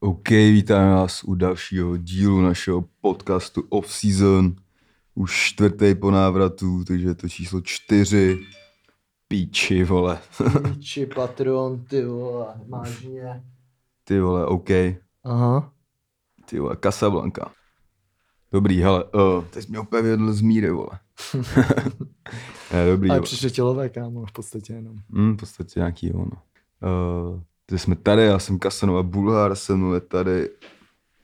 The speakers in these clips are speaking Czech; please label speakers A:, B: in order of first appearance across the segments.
A: OK, vítáme vás u dalšího dílu našeho podcastu Off Season. Už čtvrtý po návratu, takže je to číslo čtyři. Píči, vole.
B: Či patron, ty vole, vážně.
A: Ty vole, OK.
B: Aha.
A: Ty vole, Casablanca. Dobrý, hele, uh, teď jsi mě opět vedl z míry, vole. ne, dobrý,
B: Ale
A: vole.
B: přišli tělové, kámo, v podstatě jenom.
A: Hmm, v podstatě nějaký ono. Uh, teď jsme tady, já jsem Kasanova Bulhár, se mnou je tady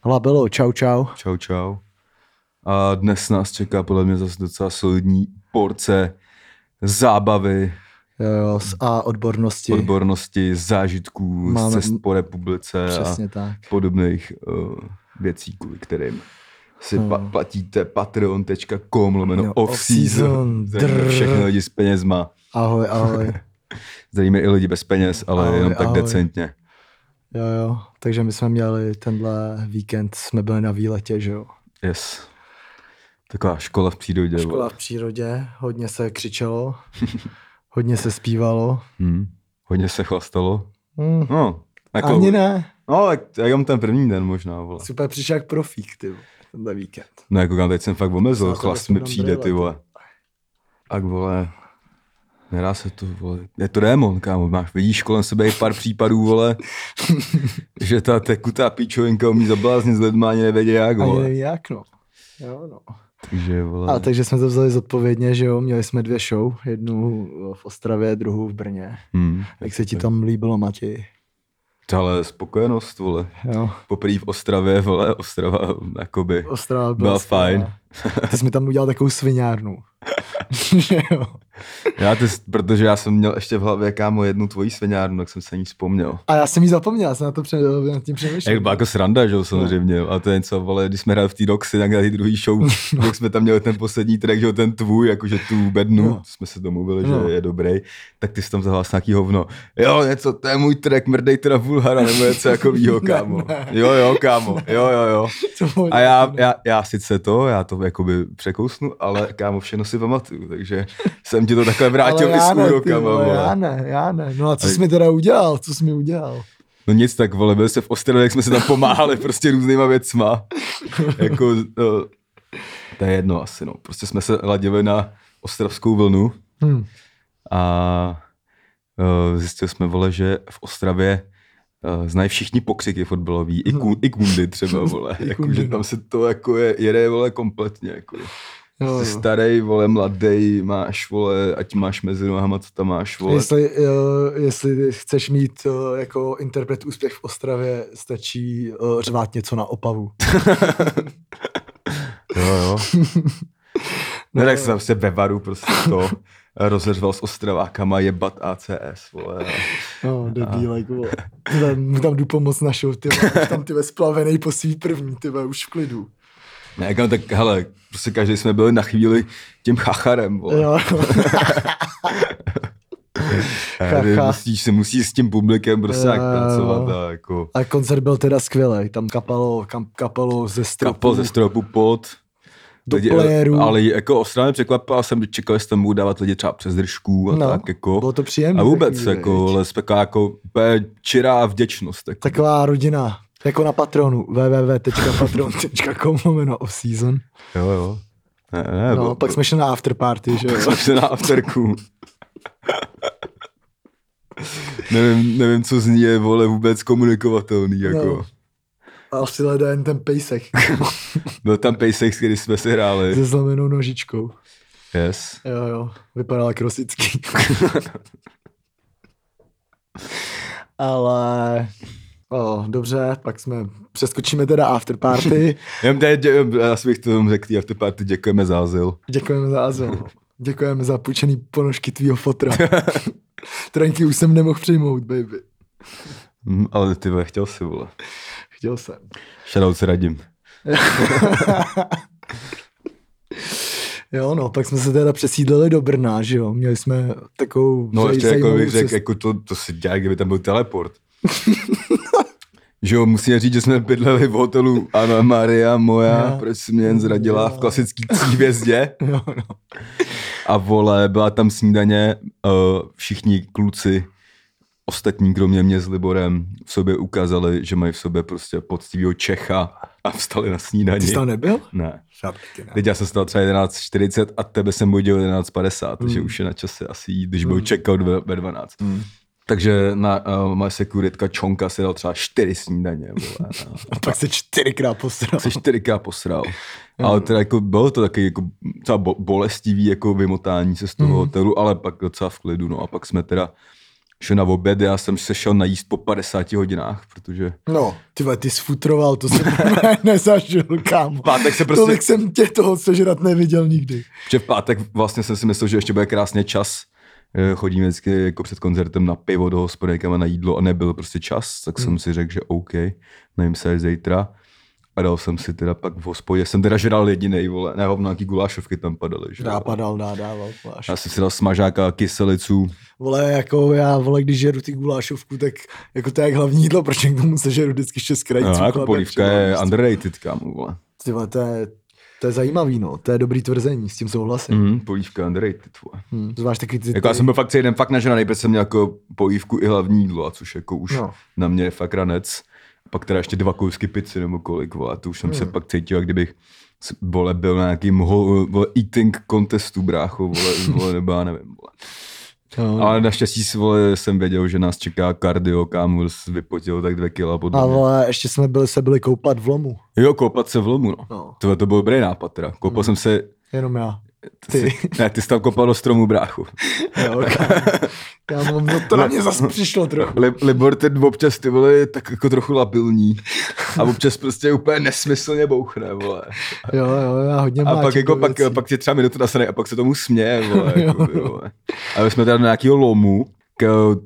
B: Labelo, čau čau.
A: Čau, čau. A dnes nás čeká podle mě zase docela solidní porce zábavy,
B: Jo, jo, s- a odbornosti.
A: odbornosti, zážitků Máme...
B: Máme-
A: z cest po republice
B: Přesně
A: a
B: tak.
A: podobných uh, věcí, kvůli kterým si
B: No.
A: no. pa- platíte patreon.com lomeno
B: Jo,
A: no, off-season.
B: off-season.
A: Zdravíme
B: Drrr.
A: všechny lidi s penězma.
B: Ahoj, ahoj.
A: Zdravíme i lidi bez peněz, ale
B: Ahoj,
A: ahoj, jenom tak
B: ahoj.
A: ahoj. decentně.
B: Jo, jo. Takže my jsme měli tenhle víkend, jsme byli na výletě, že jo.
A: Yes. Taková škola v přírodě. vole.
B: Škola v přírodě, hodně se křičelo, hodně se zpívalo.
A: Hm. Hodně se chlastalo.
B: Hmm.
A: No, jako-
B: Ani ne.
A: No, tak já jenom ten první den možná, vole.
B: Super přišel jak profík, ty vole, tenhle víkend.
A: No, jako kam teď jsem fakt omezil,
B: Snad to
A: chlast
B: vezmu
A: mi
B: na
A: přijde,
B: brýle,
A: ty
B: ty.
A: vole. Tak, vole, nedá se to, vole. Je to démon, kámo, máš, vidíš kolem sebe i pár případů, vole, že ta tekutá píčovinka umí zabláznit s lidma, ani nevědí jak,
B: Ani
A: vole.
B: nevím jak, no. Jo, no.
A: Takže, vole,
B: A takže jsme to vzali zodpovědně, že jo, měli jsme dvě show, jednu v Ostravě, druhou v Brně.
A: hm.
B: Jak se ti tam líbilo, Matěj?
A: Ale spokojenost, vole.
B: Jo,
A: Poprvé v Ostravě, vole, Ostrava, jakoby,
B: Ostrava byla,
A: byla
B: skvělá.
A: fajn.
B: Ty jsi mi tam udělal takovou sviňárnu. Že jo.
A: Já ty, protože já jsem měl ještě v hlavě, kámo, jednu tvojí sviňárnu, tak jsem se ní vzpomněl.
B: A já jsem jí zapomněl, já jsem na to před, nad tím
A: Jak
B: přemýšlel.
A: byla jako sranda, že jo, samozřejmě. A to je něco, vole, když jsme hráli v té Roxy, tak na té druhý show, jak jsme tam měli ten poslední track, že jo, ten tvůj, jakože tu bednu,
B: No.
A: no. jsme se domluvili,
B: No.
A: že je dobrý, tak ty jsi tam zahlás nějaký hovno. Jo, něco, to je můj track, mrdej teda Bulhara, nebo něco takovýho,
B: Ne,
A: kámo.
B: ne.
A: Jo, jo, kámo, jo, jo, jo.
B: To bylo
A: A já,
B: nějaký-
A: já, já sice to, já to jakoby překousnu, ale kámo, všechno si pamatuju, takže jsem ti to takhle vrátil
B: Ale
A: i s
B: já ne, ty
A: úrokama,
B: vole,
A: vole.
B: Já ne, já ne. No a co
A: Ale-
B: jsi mi teda udělal, co jsi mi udělal?
A: No nic, tak vole, byli se v Ostravě, jak jsme se tam pomáhali prostě různýma věcma. jako, no, to je jedno asi, no. Prostě jsme se ladili na ostravskou vlnu
B: Hm.
A: a uh, zjistili jsme, vole, že v Ostravě uh, znají všichni pokřiky fotbalový, i, ku, i kundy třeba, vole.
B: I
A: jako,
B: kundy,
A: že
B: no.
A: tam se to jako je, jede, vole, kompletně, jako.
B: Jo,
A: Jsi
B: jo.
A: starý, vole, mladý, máš, vole, ať máš mezi nohama, co tam máš, vole.
B: Jestli, eh, jestli chceš mít eh, jako interpret úspěch v Ostravě, stačí eh, řvát něco na opavu.
A: Jo, jo. No, tak jsem se ve varu prostě to rozeřval s Ostravákama jebat ACS, vole.
B: No, debílek, vole. Tyhle, mu tam jdu pomoct našel, ty vole, už tam ty vole, splavenej po svý první, ty vole, už v klidu.
A: Ne, jako, tak hele, prostě každý jsme byli na chvíli tím chacharem, vole. Jo.
B: Jo, chacha.
A: Musíš, se musí s tím publikem prostě jak
B: Jo, jo.
A: pracovat a jako
B: a koncert byl teda skvělý, tam kapalo, kam, kapalo ze stropu,
A: kapal ze stropu pod.
B: do playerů,
A: ale jako ostrávně překvapil jsem, že čekal jsem, budou dávat lidi třeba přes držku a
B: No,
A: no, tak jako.
B: bylo to příjemné.
A: a vůbec
B: takový,
A: jako,
B: viď.
A: ale taková jako úplně čirá vděčnost. Jako.
B: Taková rodina, jako na Patronu, www.patron.com lomeno off-season.
A: Jo, jo. Ne, ne,
B: No,
A: bylo-
B: pak jsme šli na afterparty, že jo.
A: Jsme se na afterku. nevím, nevím, co z ní je, vole, vůbec komunikovatelný, jako.
B: No. A si hledá jen ten pejsek
A: Byl tam pejsek, který jsme si hráli.
B: se zlomenou nožičkou.
A: Yes.
B: Jo, jo, vypadal jak rosický. Ale... O, dobře, pak jsme přeskočíme teda after party.
A: Jem tady, dě- já si bych to jenom řekl, v té party děkujeme za azyl.
B: Děkujeme za azyl. Děkujeme za půjčený ponožky tvýho fotra. Trenky už jsem nemohl přijmout, baby.
A: Hm, ale ty vole, chtěl si, vole.
B: Chtěl jsem.
A: Shoutout se radím.
B: Jo, no, pak jsme se teda přesídlili do Brna, že jo. Měli jsme takovou
A: No
B: zaj-
A: ještě jako
B: zajímavou
A: bych řekl,
B: cestu.
A: jako to, to si dělá, kdyby tam byl teleport. že jo, musím říct, že jsme bydleli v hotelu Anna Maria, moja,
B: No.
A: proč jsi mě jen zradila v klasický tříhvězdě.
B: Jo, no.
A: A vole, byla tam snídaně, uh, všichni eh, kluci ostatní, kromě mě s Liborem, v sobě ukázali, že mají v sobě prostě poctivého Čecha a vstali na snídaní.
B: Ty jsi tam nebyl?
A: Ne.
B: Žádný, ty ne.
A: Teď já jsem stal třeba 11.40 a tebe jsem budil 11.50, mm. takže
B: Mm.
A: už je na čase asi jít, když byl
B: Mm.
A: checkout ve, ve 12.
B: Mm.
A: Takže na uh, moje sekuritka Čonka si dal třeba čtyři snídaně, vole. no.
B: A pak se čtyřikrát posral.
A: se čtyřikrát posral. Ale teda jako bylo to taky jako třeba bo- bolestivý jako vymotání se z toho
B: Mhm.
A: hotelu, ale pak docela v klidu. No a pak jsme teda šli na oběd, já jsem se šel najíst po 50 hodinách, protože
B: No, ty vole, ty sfutroval, to jsem ne- nezažil, kámo.
A: pátek se
B: Prostě...
A: prostě,
B: Tolik jsem tě toho sežrat neviděl nikdy.
A: že v pátek vlastně jsem si myslel, že ještě bude krásně čas. Eh, Chodíme vždycky jako před koncertem na pivo do hospody někam a na jídlo a nebyl prostě čas, tak jsem si řekl, že OK, najím se až zítra. A dal jsem si teda pak v hospodě, jsem teda žral jedinej, vole, ne, hovno, nějaký gulášovky tam padaly, že? jo.
B: Nápadal, nádával, pláš.
A: Já jsem si dal smažáka, kyselicu,
B: Vole, jako já, vole, když žeru ty gulášovku, tak jako to je jak hlavní jídlo, proč k tomu sežeru vždycky ještě
A: No,
B: skrající.
A: jako polívka je underrated, kámo, vole.
B: Ty vole, to je, to je zajímavý, no. To je dobrý tvrzení, s tím souhlasím.
A: Mm, polívka je underrated, vole.
B: Hmm. Zvlášť taky ty...
A: Jako já jsem byl fakt jeden fakt nažraný, protože jsem měl jako polívku i hlavní jídlo, a což jako už no.
B: No.
A: na mě je fakt ranec. A pak teda ještě dva kousky pici nebo kolik, vole. A to už jsem se pak cítil, jak kdybych s- vole, byl na nějakým ho, vole, eating contestu, brácho, vole, vole, nebo já nevím, vole.
B: no.
A: Ale naštěstí s- vole, jsem věděl, že nás čeká kardio, kámo, s- vypotil tak dvě kila podle
B: A
A: mě.
B: vole, ještě jsme byli, se byli koupat v lomu.
A: Jo, koupat se v lomu, no.
B: No,
A: Tohle to byl dobrý nápad, teda. Koupal jsem se
B: jenom já.
A: Ty.
B: Ty.
A: Ne, ty jsi tam kopal do stromu, bráchu.
B: Jo, kámo. kámo, no to na mě zase přišlo trochu.
A: Li- Libor ten občas ty vole je tak jako trochu labilní a občas prostě úplně nesmyslně bouchne, vole.
B: Jo, jo, já hodně
A: A pak,
B: mláčím
A: jako,
B: do
A: pak,
B: věcí.
A: pak tě třeba minutu nasane a pak se tomu směje, vole. Jako,
B: Jo.
A: vole. A my jsme teda na nějakého lomu, k,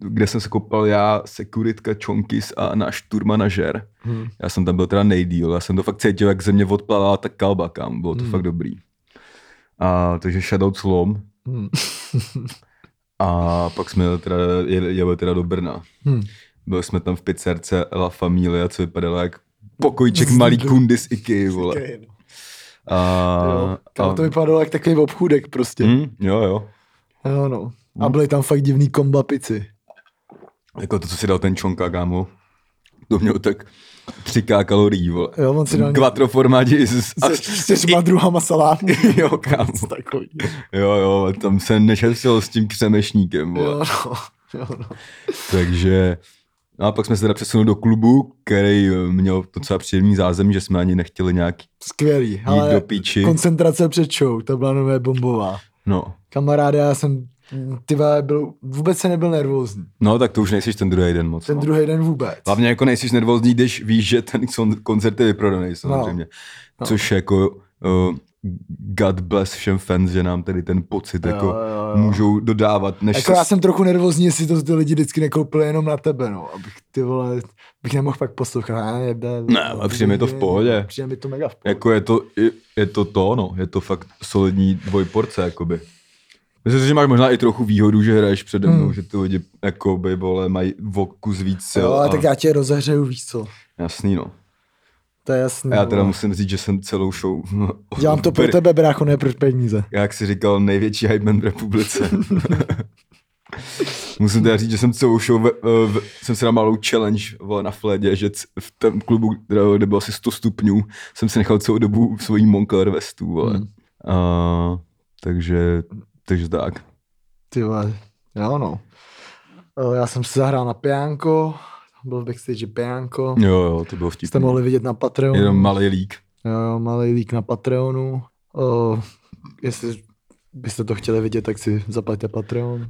A: kde jsem se kopal já, sekuritka Čonkis a náš turmanažer.
B: Hm.
A: Já jsem tam byl teda nejdíl, já jsem to fakt cítil, jak ze mě odplavala ta kalba, kam, bylo to hmm.
B: Hmm.
A: fakt dobrý. A, takže Shadow lom,
B: Hm.
A: A pak jsme teda, jeli, jeli teda do Brna.
B: Hm.
A: Byli jsme tam v pizzerce La Familia, co vypadalo jak pokojček malý kundy z Iky, vole.
B: Okay, no.
A: A,
B: Jo,
A: a,
B: kámo, to vypadalo jak takový obchůdek prostě.
A: hm, jo, jo.
B: Jo, no. A
A: Hmm.
B: byly tam fakt divný komba pici.
A: Jako to, co si dal ten čonka, kámo. To mělo tak 3K kalorií, vole.
B: Jo, on si dal
A: Quattro formaggi z...
B: se čtyřma druhama salámu.
A: Jo, kámo.
B: Něco takový.
A: Jo, jo, tam jsem nešetřil s tím křemešníkem, vole.
B: Jo, no. Jo, no.
A: Takže no a pak jsme se teda přesunuli do klubu, který eh, měl docela příjemný zázemí, že jsme ani nechtěli nějak jít
B: Skvělý.
A: Ale do
B: Ale
A: píči.
B: koncentrace před show, ta byla nové bombová.
A: No.
B: Kamaráde, já jsem ty vole, byl, vůbec se nebyl nervózní.
A: no, tak to už nejsiš ten druhý den moc.
B: Ten
A: no.
B: druhý den vůbec.
A: Hlavně jako nejsiš nervózní, když víš, že ten kon- koncert je vyprodaný samozřejmě. No.
B: No.
A: Což jako uh, God bless všem fans, že nám tady ten pocit
B: Jo,
A: jako
B: jo, jo.
A: můžou dodávat. Než
B: Jako
A: se-
B: já jsem trochu nervózní, jestli to ty lidi vždycky nekoupili jenom na tebe, no. Abych ty vole, bych nemohl pak poslouchat. Ne, ne,
A: Ne, ale přijde mi to v pohodě.
B: Přijde mi to mega v pohodě.
A: Jako je to, je, je to to, no. Je to fakt solidní dvojporce, jakoby. Myslím si, že máš možná i trochu výhodu, že hraješ přede mnou, hmm. že ty lidi, jakoby, vole, mají voku z víc sil.
B: Jo, ale
A: a-
B: tak já tě rozehřeju, víš co.
A: Jasný, no.
B: To je jasné.
A: A já teda
B: vole.
A: musím říct, že jsem celou show...
B: No. Dělám to pro
A: Br-
B: tebe, brácho, ne pro peníze.
A: jak si říkal, největší hype man v republice. Musím teda říct, že jsem celou show, ve, e, v, jsem si na malou challenge vole, na flédě, že c- v tom klubu, kde kde bylo asi 100 stupňů, jsem si nechal celou dobu v svojí Moncler vestu, vole.
B: Hmm.
A: A, takže, takže tak.
B: Ty vole, jo no. Eh, Já jsem si zahrál na pianko, byl v backstage pianko,
A: Jo, jo, to bylo
B: jste
A: vtipné.
B: mohli vidět na Patreonu.
A: Jenom malý lík.
B: Jo, jo, malý lík na Patreonu. O, jestli byste to chtěli vidět, tak si zaplaťte Patreon.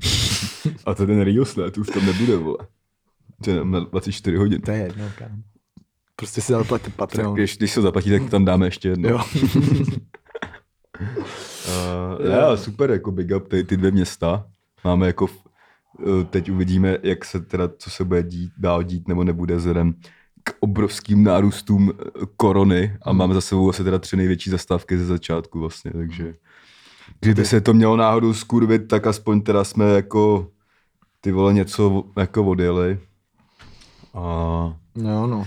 A: A to je ten Rios, ne, to už tam nebude, vole. To je jenom na 24 hodin.
B: To je jedno, kámo. Prostě si zaplaťte
A: Tak
B: Patreon.
A: když, když se zaplatí, tak tam dáme ještě jedno.
B: Jo.
A: Uh, já, super, jako big up ty, ty dvě města. Máme jako, v- eh, teď uvidíme, jak se teda, co se bude dít, dál dít nebo nebude vzhledem k obrovským nárůstům eh, korony a máme za sebou asi teda tři největší zastávky ze začátku vlastně, takže kdyby se to mělo náhodou skurvit, tak aspoň teda jsme jako ty vole něco jako odjeli. A
B: Jo, no.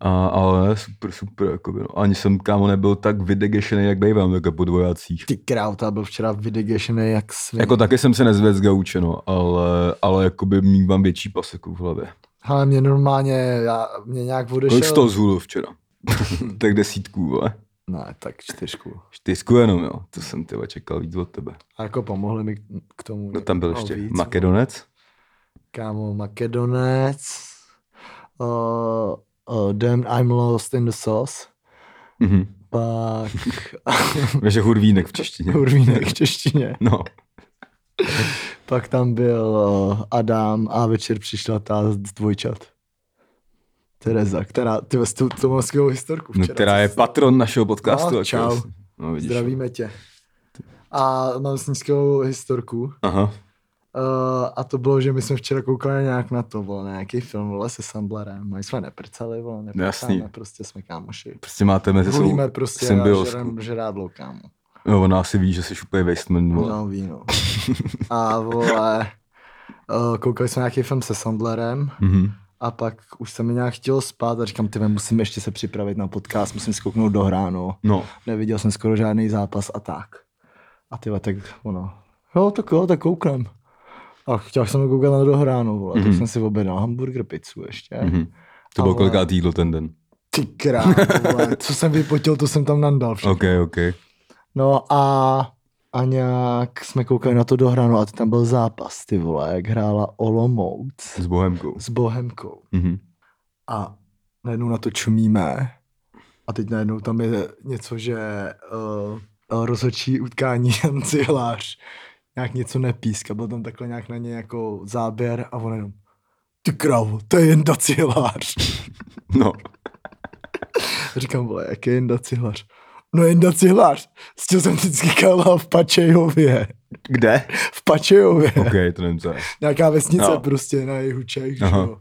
A: A, ale super, super, jako, no. Ani jsem, kámo, nebyl tak vydegešený, jak bývám, jako po dvojácích.
B: Ty krauta byl včera vydegešený jak svin.
A: Jako taky jsem se nezvedl z gauče, no, ale, ale jakoby mívám větší paseku v hlavě.
B: Ale mě normálně, já, mě nějak odešel.
A: Kolik jsi to zhulil včera? tak desítku, vole.
B: Ne, tak čtyřku.
A: Čtyřku jenom, jo. To jsem tyhle čekal víc od tebe.
B: A jako pomohli mi k tomu.
A: No tam byl
B: o
A: ještě
B: víc,
A: Makedonec.
B: Kámo, Makedonec. Uh, uh, damn, I'm lost in the sauce.
A: Mhm.
B: Pak
A: Víš, že hurvínek v češtině.
B: Urvínek v češtině.
A: No.
B: Pak tam byl uh, Adam a večer přišla ta z dvojčat. Tereza, která, ty vole, s tou- to mám skvělou historku
A: no
B: včera.
A: která je patron našeho podcastu.
B: No,
A: jako
B: čau.
A: jasně. No, vidíš.
B: Zdravíme tě. A mám s ní skvělou historku.
A: Aha.
B: Uh, a to bylo, že my jsme včera koukali nějak na to, vole, na nějaký film, vole, se Samblerem. My jsme neprcali, vole, neprcáme,
A: No, Jasný.
B: prostě jsme kámoši.
A: Prostě máte mezi sebou
B: Hulíme prostě a
A: symbiózku.
B: žerem, žerádlo, kámo.
A: No, ona asi ví, že jsi úplně wasteman, vole.
B: No, víno. A vole, uh, koukali jsme nějaký film se Sandlerem
A: Mhm.
B: a pak už se mi nějak chtělo spát a říkám, ty vole, musím ještě se připravit na podcast, musím skouknout do hráno.
A: No,
B: Neviděl jsem skoro žádný zápas a tak. A ty vole, tak ono, jo, tak jo, tak koukám. A chtěl jsem koukat na dohránu, vole, mm-hmm. tak
A: Mhm.
B: jsem si objednal hamburger, pizzu ještě. Mm-hmm.
A: mhm. To bylo
B: Ale-
A: koliká jídlo ten den.
B: Ty krát, vole, co jsem vypotil, to jsem tam nandal všechno.
A: OK, OK.
B: No a, a nějak jsme koukali na to dohránu a tam byl zápas, ty vole, jak hrála Olomouc
A: S bohemkou.
B: s Bohemkou.
A: Mhm.
B: A najednou na to čumíme. A teď najednou tam je něco, že uh, rozhodčí utkání Jan Cihlář nějak něco nepíska. Byl tam takhle nějak na něj jako záběr a on jenom ty krávo, to je Jenda Cihlář.
A: No.
B: A Říkám, vole, jaký je Jenda Cihlář? No Jenda Cihlář, s tím jsem vždycky kala v Pačejově.
A: Kde?
B: V Pačejově.
A: OK, to nevím, co je.
B: Nějaká vesnice
A: No.
B: prostě na jihu Čech, že
A: Aha.
B: jo.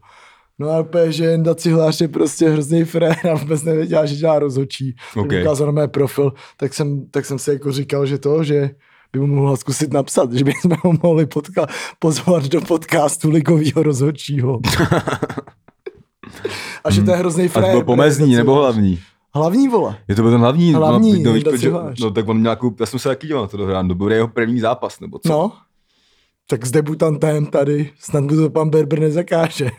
B: No a úplně, že Jenda Cihlář je prostě hrozný frér a vůbec nevěděla, že dělá rozhodčí.
A: Ok.
B: Okay. Ukázal na mé profil, tak jsem, tak jsem si jako říkal, že to, že by mu mohla zkusit napsat, že bychom ho mohli podka- pozvat do podcastu ligového rozhodčího. a že to je hrozný
A: Hmm. A to
B: frér.
A: byl pomezní,
B: Jenda
A: nebo
B: Cihlář.
A: hlavní?
B: Hlavní, vole.
A: Je to byl ten hlavní.
B: Hlavní,
A: no, no, víš,
B: Janda
A: protože,
B: Cihlář.
A: no tak on měl nějakou, já jsem se taky dělal na to dohrán, to byl jeho první zápas, nebo co?
B: No, tak s debutantem tady, snad mu to pan Berber nezakáže.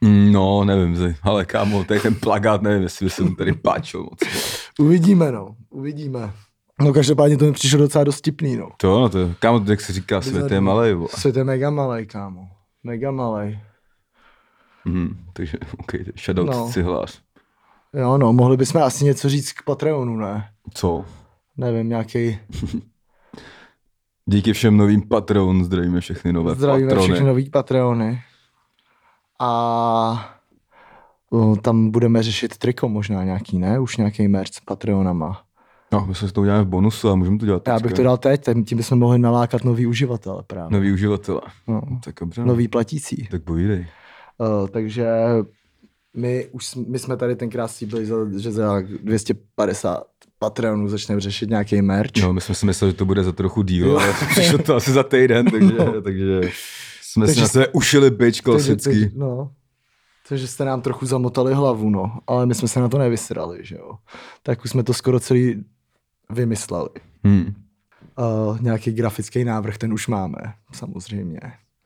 A: Mm, no nevím, zi- ale kámo, tady ten plagát, nevím, jestli by se mu tady páčil moc.
B: Uvidíme, no, uvidíme. No každopádně to mi přišlo docela dost vtipný, no.
A: To, no to, kámo, jak se říká, svět je
B: Bizarní.
A: malej, vole.
B: Svět je mega malej, kámo. Mega malej.
A: Mhm, takže, OK, Shadow
B: No.
A: no. cihlář.
B: Jo, no, mohli bychom asi něco říct k Patreonu, ne?
A: Co?
B: Nevím, nějaký.
A: Díky všem novým patronům zdravíme všechny nové
B: Zdravíme
A: patrony.
B: všechny nový Patreony. A no, tam budeme řešit triko možná nějaký, ne? Už nějaký merch s Patreonama.
A: No, my se to uděláme v bonusu a můžeme to dělat.
B: Já bych to dal teď, tak tím bychom mohli nalákat nový uživatele právě.
A: Nový uživatele.
B: No.
A: Tak dobře. no.
B: Nový platící.
A: Tak povídej.
B: Uh, takže my, už, jsme- my jsme tady tenkrát slíbili, za- že za 250 Patreonů začneme řešit nějaký merch.
A: No, my jsme si mysleli, že to bude za trochu díl, ale přišlo to asi za týden, takže, takže jsme
B: No. Takže
A: si na
B: s-
A: sebe ušili byč klasický.
B: Takže, no, takže jste nám trochu zamotali hlavu, no. Ale my jsme se na to nevysrali, že jo. Tak už jsme to skoro celý vymysleli. Hm.
A: Hmm.
B: Uh, nějaký grafický návrh, ten už máme, samozřejmě.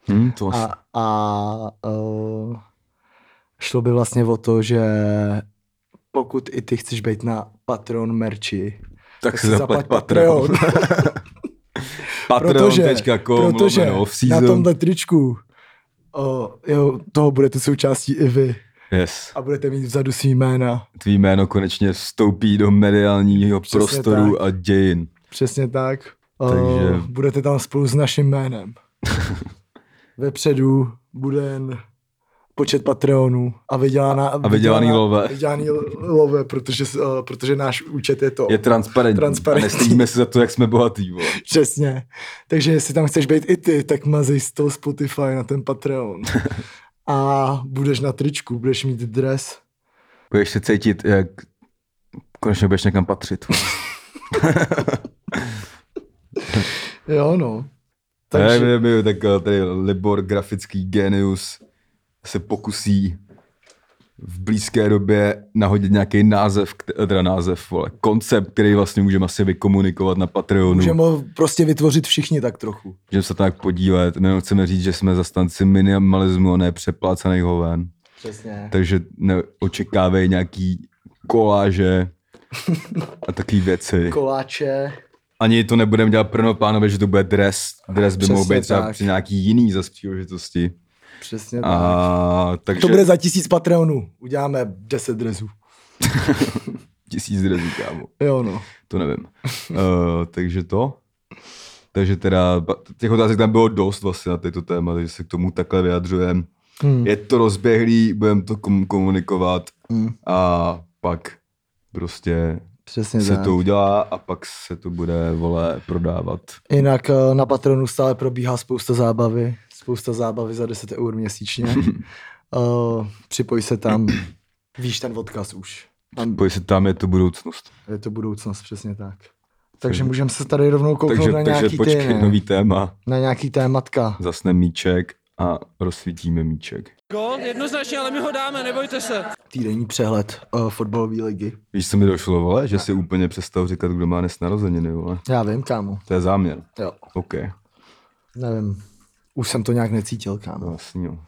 A: Hmm, to asi.
B: Hm, A, a uh, šlo by vlastně o to, že pokud i ty chceš být na Patreon merči,
A: tak,
B: tak
A: si zaplať Patreon.
B: no, protože,
A: Patreon.com
B: protože
A: lomeno
B: na
A: off-season.
B: tomhle tričku o, jo, toho budete součástí i vy
A: Yes.
B: a budete mít vzadu svý jména.
A: Tvý jméno konečně vstoupí do mediálního
B: Přesně
A: prostoru
B: tak.
A: a dějin.
B: Přesně tak. O,
A: Takže-
B: budete tam spolu s naším jménem. Vepředu bude jen počet Patreonů a vydělaná,
A: A vydělaný love.
B: Vydělaný love, protože, s- o, protože náš účet je to.
A: Je transparentní.
B: Transparentní.
A: A nestydíme se za to, jak jsme bohatý. Vole.
B: Přesně. Takže jestli tam chceš být i ty, tak mazej z toho Spotify na ten Patreon. A budeš na tričku, budeš mít dres.
A: Budeš se cítit, jak konečně budeš někam patřit.
B: Jo, no.
A: Takže...
B: Takže,
A: Ne, ne, ne, tak eh, tady Libor, grafický genius, se pokusí v blízké době nahodit nějaký název, kte- eh, teda název, vole, koncept, který vlastně můžeme asi vykomunikovat na Patreonu.
B: Můžeme ho prostě vytvořit všichni tak trochu.
A: Můžeme se tak podílet, jenom chceme říct, že jsme zastanci minimalismu a ne přeplácených hoven.
B: Přesně.
A: Takže neočekávej nějaký koláže a takové věci.
B: Koláče.
A: Ani to nebudeme dělat pro pánové, že to bude dres. Dres by
B: Přesně
A: mohl být třeba
B: tak.
A: při nějaký jiný zas příležitosti.
B: Přesně tak.
A: A takže
B: To bude za tisíc Patreonů. Uděláme 10 drezů.
A: tisíc dresů, kámo.
B: Jo no.
A: To nevím. uh, takže to. Takže teda ba- těch otázek tam bylo dost vlastně na této téma, takže se k tomu takhle vyjadřujeme.
B: Hmm.
A: Je to rozběhlý, budeme to kom- komunikovat
B: Hmm.
A: a pak prostě
B: Přesně
A: se
B: tak.
A: to udělá a pak se to bude, vole, prodávat.
B: Jinak eh, na Patronu stále probíhá spousta zábavy. Spousta zábavy za 10 eur měsíčně. uh, připoj se tam. Víš ten odkaz už. Tam
A: Pojď se tam, je to budoucnost.
B: je to budoucnost, přesně tak. Takže můžeme se tady rovnou kouknout
A: Takže,
B: na,
A: takže
B: nějaký
A: počkej,
B: ty,
A: nový téma.
B: na nějaký tématka.
A: Zasne míček a rozsvítíme míček.
C: Gol, jednoznačně, ale my ho dáme, nebojte se.
B: Týdenní přehled uh, fotbalové ligy.
A: Víš, co mi došlo, vole? Že si úplně přestal říkat, kdo má dnes narozeniny, vole.
B: Já vím, kámo.
A: To je záměr.
B: Jo,
A: OK.
B: nevím. Už jsem to nějak necítil, kámo.
A: No, jasný, jo.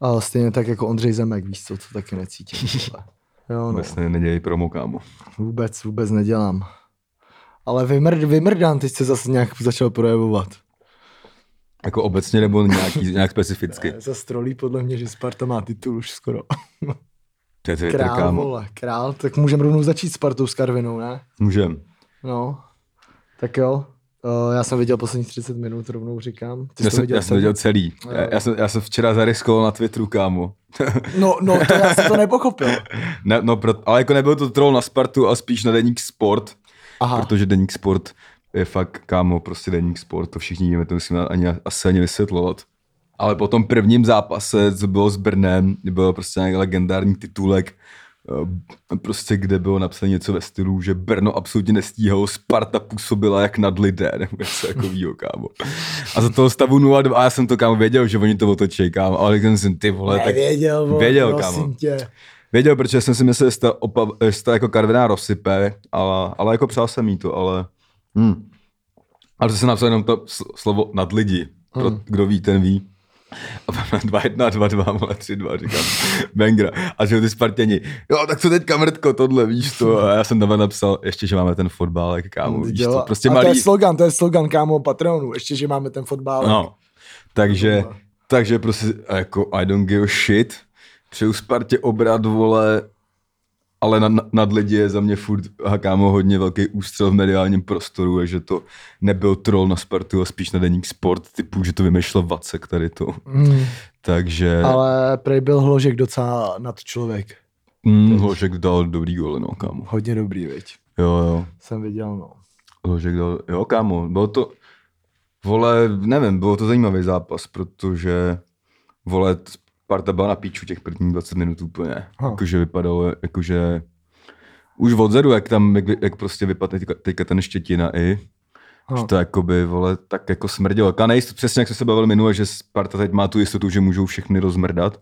B: Ale stejně tak jako Ondřej Zemek, víš co, to taky necítím. vole. Jo, no.
A: Vlastně nedělej promo, kámo.
B: Vůbec, vůbec nedělám. Ale vymrd, vymrdám, teď se zase nějak začal projevovat.
A: Jako obecně nebo nějaký, nějak specificky.
B: Zase trolí podle mě, že Sparta má titul už skoro.
A: To je Twitter,
B: Král,
A: kámo.
B: vole, král. Tak můžeme rovnou začít Spartou s Karvinou, ne?
A: Můžem.
B: No, tak jo. Uh, já jsem viděl posledních 30 minut, rovnou říkám. Ty
A: Já
B: jsi to
A: jsem, já jsem
B: celý?
A: viděl celý. Já, já, jsem, já jsem včera zareskoval na Twitteru, kámo.
B: No, no, to já jsem to nepochopil.
A: Ne, no, pro, ale jako nebyl to troll na Spartu, ale spíš na Deník Sport,
B: Aha,
A: protože Deník Sport je fakt, kámo, prostě Deník Sport, to všichni víme, to musíme ani, asi ani vysvětlovat. Ale po tom prvním zápase, co bylo s Brnem, byl prostě nějaký legendární titulek, eh, prostě kde bylo napsané něco ve stylu, že Brno absolutně nestíhalo, Sparta působila jak nad lidé, nebo něco takového, kámo. A za toho stavu 0-2, a já jsem to, kámo, věděl, že oni to otočí, kámo, ale když jsem si, ty vole, tak...
B: nevěděl, vole,
A: věděl,
B: prosím
A: kámo.
B: tě.
A: Věděl, protože jsem si myslel, že jste, opa- že jste jako karviná rozsype, ale, ale jako přál jsem jí to, ale... Hmm. A to jsem napsal jenom to sl- slovo nad lidi. Pro,
B: Hmm.
A: Kdo ví, ten ví. A pak na 2 1 2 2 vole, 3 2 říkám, Bengra. A že ty Spartěni, jo, tak co teďka mrtko, tohle, víš to. A já jsem tam napsal, ještě, že máme ten fotbálek, kámo, víš to.
B: Dělá-
A: Prostě
B: a to je
A: malý,
B: slogan, to je slogan, kámo, Patreonu. Ještě, že máme ten fotbal.
A: No, takže, takže prostě jako I don't give a shit. Přeju Spartě obrat, vole, ale nad, nad lidi je za mě furt, aha, kámo, hodně velký ústřel v mediálním prostoru, takže to nebyl troll na Spartu, ale spíš na deník sport, typu, že to vymýšlel Vacek tady to.
B: Mm,
A: Takže ale...
B: ale prej byl Hložek docela nad člověk.
A: hm, Hložek dal dobrý gol, no, kámo.
B: Hodně dobrý, viď?
A: Jo, jo.
B: Jsem viděl, no.
A: Hložek dal, jo kámo, bylo to, vole, nevím, bylo to zajímavý zápas, protože, vole, Sparta byla na píču těch prvních 20 minut úplně,
B: Ha.
A: jakože vypadalo, jakože, už odzadu, jak tam, jak, vy- jak prostě vypadne teďka, teďka ten Štětina i,
B: Ha.
A: že to jakoby, vole, tak jako smrdělo. A nejistot, přesně jak jsme se bavili minule, že Sparta teď má tu jistotu, že můžou všechny rozmrdat.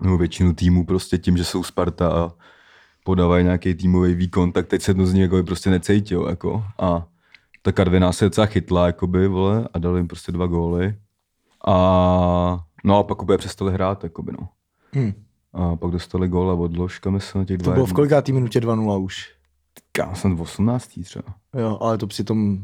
A: Nebo většinu týmů prostě tím, že jsou Sparta a podávají nějaký týmový výkon, tak teď se to z nich jako prostě necítil. Jako. A ta Karviná se docela chytla, jakoby, vole, a dali jim prostě dva góly. A no a pak úplně přestali hrát, jakoby, no.
B: Hmm.
A: A pak dostali góla od Ložka, myslím, těch
B: To
A: dva.
B: bylo v kolikátý minutě 2-0 už.
A: Já jsem v 18. třeba.
B: Jo, ale to přitom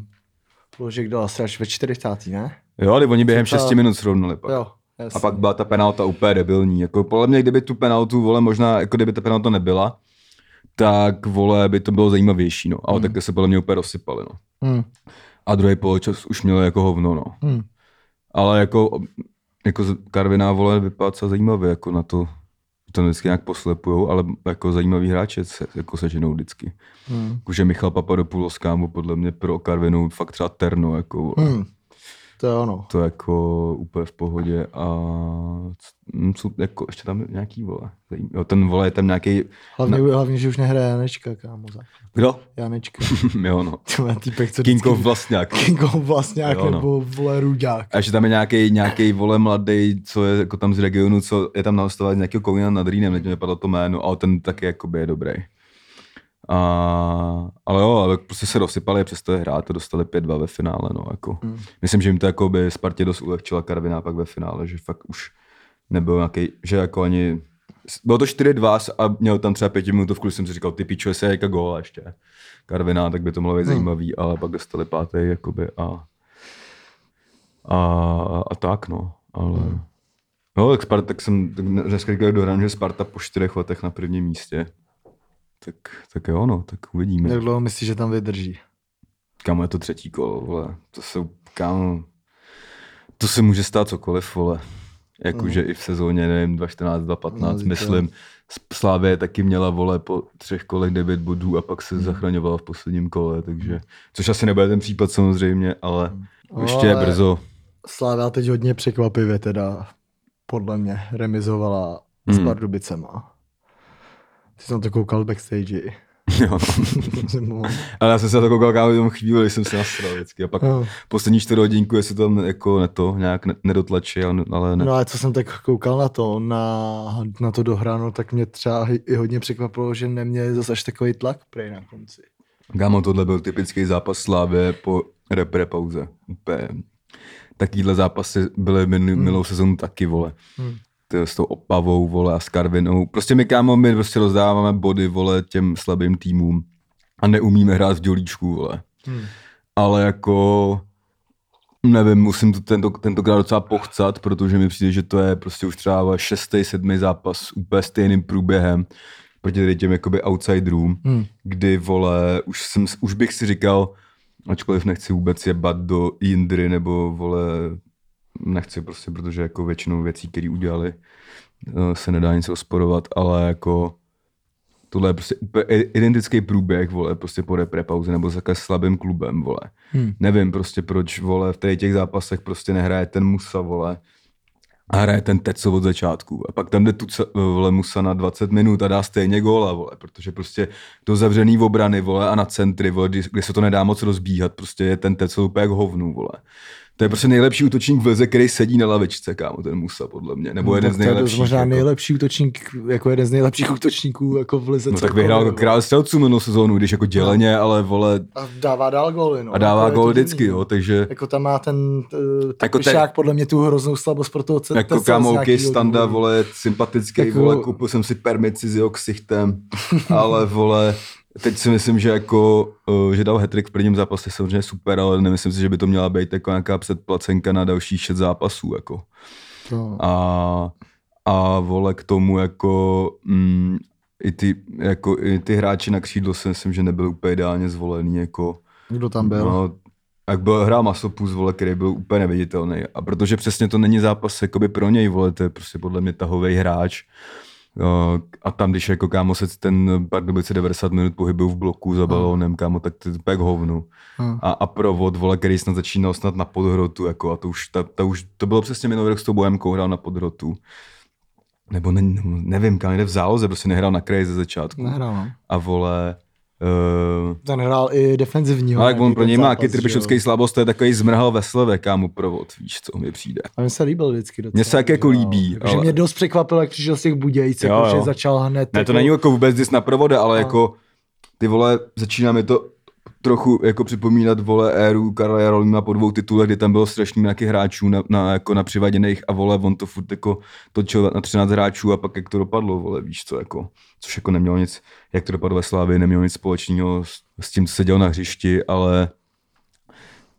B: Hložek dal asi až ve 40. ne?
A: Jo, ale oni během
B: To-
A: 6 minut srovnali pak.
B: Jo, jasný.
A: A pak byla ta penalta úplně debilní. Jako, podle mě, kdyby tu penaltu, vole, možná, jako kdyby ta penalta nebyla, tak, vole, by to bylo zajímavější, no. Ale mm. také se podle mě úplně rozsypali, no.
B: Hmm.
A: A druhý poločas už měl jako hovno, no.
B: Hmm.
A: Ale jako, jako z- Karviná, vole, vypadá docela zajímavě, jako na to, to vždycky nějak poslepujou, ale jako zajímavý hráče se, jako seženou vždycky.
B: Hmm.
A: Jakože Michal Papadopoulos, kámo, podle mě pro Karvinu fakt třeba terno, jako, vole.
B: Hmm. To je ono.
A: To jako úplně v pohodě a c- mm, jsou jako ještě tam nějaký vole. Zajím- Jo, ten vole je tam nějaký.
B: Hlavně, hlavně, že už nehraje Janečka, kámo. za-
A: Kdo?
B: Janečka.
A: jo, no.
B: To má týpek, co
A: King of
B: vždycky-
A: Vlastňák.
B: King of Vlastňák
A: Jo, no.
B: nebo vole Rudák.
A: A ještě tam je nějaký, nějaký vole mladý, co je jako tam z regionu, co je tam na hostování z nějakého Kolina nad Rýnem, teď mi padlo to jméno, ale ten taky jakoby je dobrý. A, ale jo, ale prostě se rozsypali, přesto je hrát a dostali 5-2 ve finále. No, jako. mm. Myslím, že jim to jako by Spartě dost ulehčila Karviná pak ve finále, že fakt už nebyl nějaký, že jako ani bylo to 4-2 a měl tam třeba pěti minut v kluci, jsem si říkal, ty pičo, jestli je jaká góla ještě. Karviná, tak by to mohlo být zajímavý, ale pak dostali pátý, jakoby, a a, a tak, no. Ale... Hmm. No, tak, Sparta, tak jsem tak dneska říkal do ran, že Sparta po čtyřech letech na prvním místě. Tak, tak jo, no, tak uvidíme.
B: Jak dlouho myslíš, že tam vydrží?
A: Kam je to třetí kolo, vole. To se, kam... To se může stát cokoliv, vole. Jakože i v sezóně, nevím, 2014, 2015,
B: No,
A: no, myslím, S- Slávě taky měla, vole, po třech kolech 9 bodů a pak
B: Hmm.
A: se zachraňovala v posledním kole, takže, což asi nebude ten případ samozřejmě, ale ještě je
B: No, Ale-
A: brzo.
B: Slává teď hodně překvapivě teda, podle mě, remizovala s
A: Hmm.
B: Pardubicema. Ty jsem to koukal backstage.
A: Jo. Ale já jsem se na to koukal kámo jenom chvíli, když jsem se nastral vždycky. A pak
B: no,
A: poslední čtvrt hodinku, jestli to tam jako ne to, nějak ne- nedotlačí, ale, ale ne.
B: no
A: No.
B: a co jsem tak koukal na to, na, na to dohráno, tak mě třeba i- i hodně překvapilo, že neměli zase až takový tlak prej na konci.
A: Kámo, tohle byl typický zápas Slávě po repre pauze. Úplně. Takýhle zápasy byly minulý, hmm. minulou sezonu taky, vole.
B: Hmm.
A: To je s tou opavou, vole, a s Karvinou. Prostě my, kámo, my prostě rozdáváme body, vole, těm slabým týmům. A neumíme hrát v dělíčku, vole.
B: Hmm.
A: ale jako nevím, musím to tento, tentokrát docela pochcat, protože mi přijde, že to je prostě už třeba vole, šestý, sedmý zápas s úplně stejným průběhem proti tady těm jakoby outsiderům,
B: Hmm.
A: kdy vole, už, jsem, už bych si říkal, ačkoliv nechci vůbec jebat do Jindry nebo vole, nechci prostě, protože jako většinou věcí, které udělali, eh, se nedá nic rozporovat, ale jako tohle je prostě úplně i- identický průběh, vole, prostě po repre pauze nebo za slabým klubem, vole.
B: Hmm.
A: Nevím prostě proč, vole, v tady těch zápasech prostě nehraje ten Musa, vole, a hraje ten Teco od začátku. A pak tam jde tuce, vole, Musa na 20 minut a dá stejně góla, vole, protože prostě do zavřený obrany, vole, a na centry, vole, kdy, kdy se to nedá moc rozbíhat, prostě je ten Teco úplně jak hovnu, vole. To je prostě nejlepší útočník v lize, který sedí na lavičce, kámo, ten Musa, podle mě. Nebo jeden
B: tak
A: z
B: Hmm. to je dost
A: nejlepších.
B: Možná
A: jako.
B: nejlepší útočník, jako jeden z nejlepších útočníků jako v lize.
A: No tak
B: celkově,
A: vyhrál
B: vole.
A: král střelců minulou sezónu, když jako děleně, ale vole,
B: A dává dál góly, no.
A: a dává
B: Jako je to
A: gól
B: divný,
A: vždycky,
B: no.
A: jo, takže
B: Jako tam má ten, ten
A: Jako
B: jako
A: ten-
B: ten, podle mě tu hroznou slabost pro toho centra.
A: jako kámo, OK, standa,
B: no.
A: vole, sympatický,
B: Jako-
A: vole, koupil jsem si permici s jeho ksichtem, ale vole, teď si myslím, že jako, eh, že dal hetrik v prvním zápase, samozřejmě super, ale nemyslím si, že by to měla být jako nějaká předplacenka na další šest zápasů, jako.
B: No.
A: A, a vole k tomu jako mm, i ty, jako, i ty hráči na křídlo si myslím, že nebyli úplně ideálně zvolený, jako
B: Kdo tam byl? No.
A: No, jak byl hrál Masopus, vole, který byl úplně neviditelný. A protože přesně to není zápas jakoby pro něj, vole, to je prostě podle mě tahový hráč. No, A tam, když jako kámo se ten Pardubice 90 minut pohybil v bloku za balónem, kámo, tak to je úplně k hovnu.
B: Hm.
A: A, a provod, vole, který snad začínal snad na podhrotu, jako, a to už, ta, ta už, to bylo přesně minulý rok s tou Bohemkou, hrál na podhrotu. Nebo ne, nevím, kam jde v záloze, prostě nehrál na kraji ze začátku.
B: Nehrál, no.
A: A vole, eh,
B: Ten hrál i defenzivního.
A: ale No, jak on
B: nějaký
A: pro
B: ten
A: něj má
B: zápas, že jo.
A: kytrpišovský slabost, to je takový zmrhal ve sleve, kámo, provod, víš, co mi přijde.
B: A mně se líbil vždycky docela.
A: Mně se tak jako
B: že jo.
A: líbí,
B: Že
A: ale-
B: mě dost překvapilo, jak přišel z těch Budějc,
A: Jo,
B: jako,
A: jo.
B: že začal hned.
A: Ne,
B: jako- No.
A: to není jako vůbec dis na provode, ale jako, ty vole, začíná mi to trochu jako připomínat vole éru Karla Jarolíma po dvou titulech, kdy tam bylo strašně nějakých hráčů na, na, jako na přivaděných a vole, on to furt jako točil na 13 hráčů a pak jak to dopadlo, vole, víš co, jako, což jako nemělo nic, jak to dopadlo ve Slávě, nemělo nic společného s, s tím, co se dělo na hřišti, ale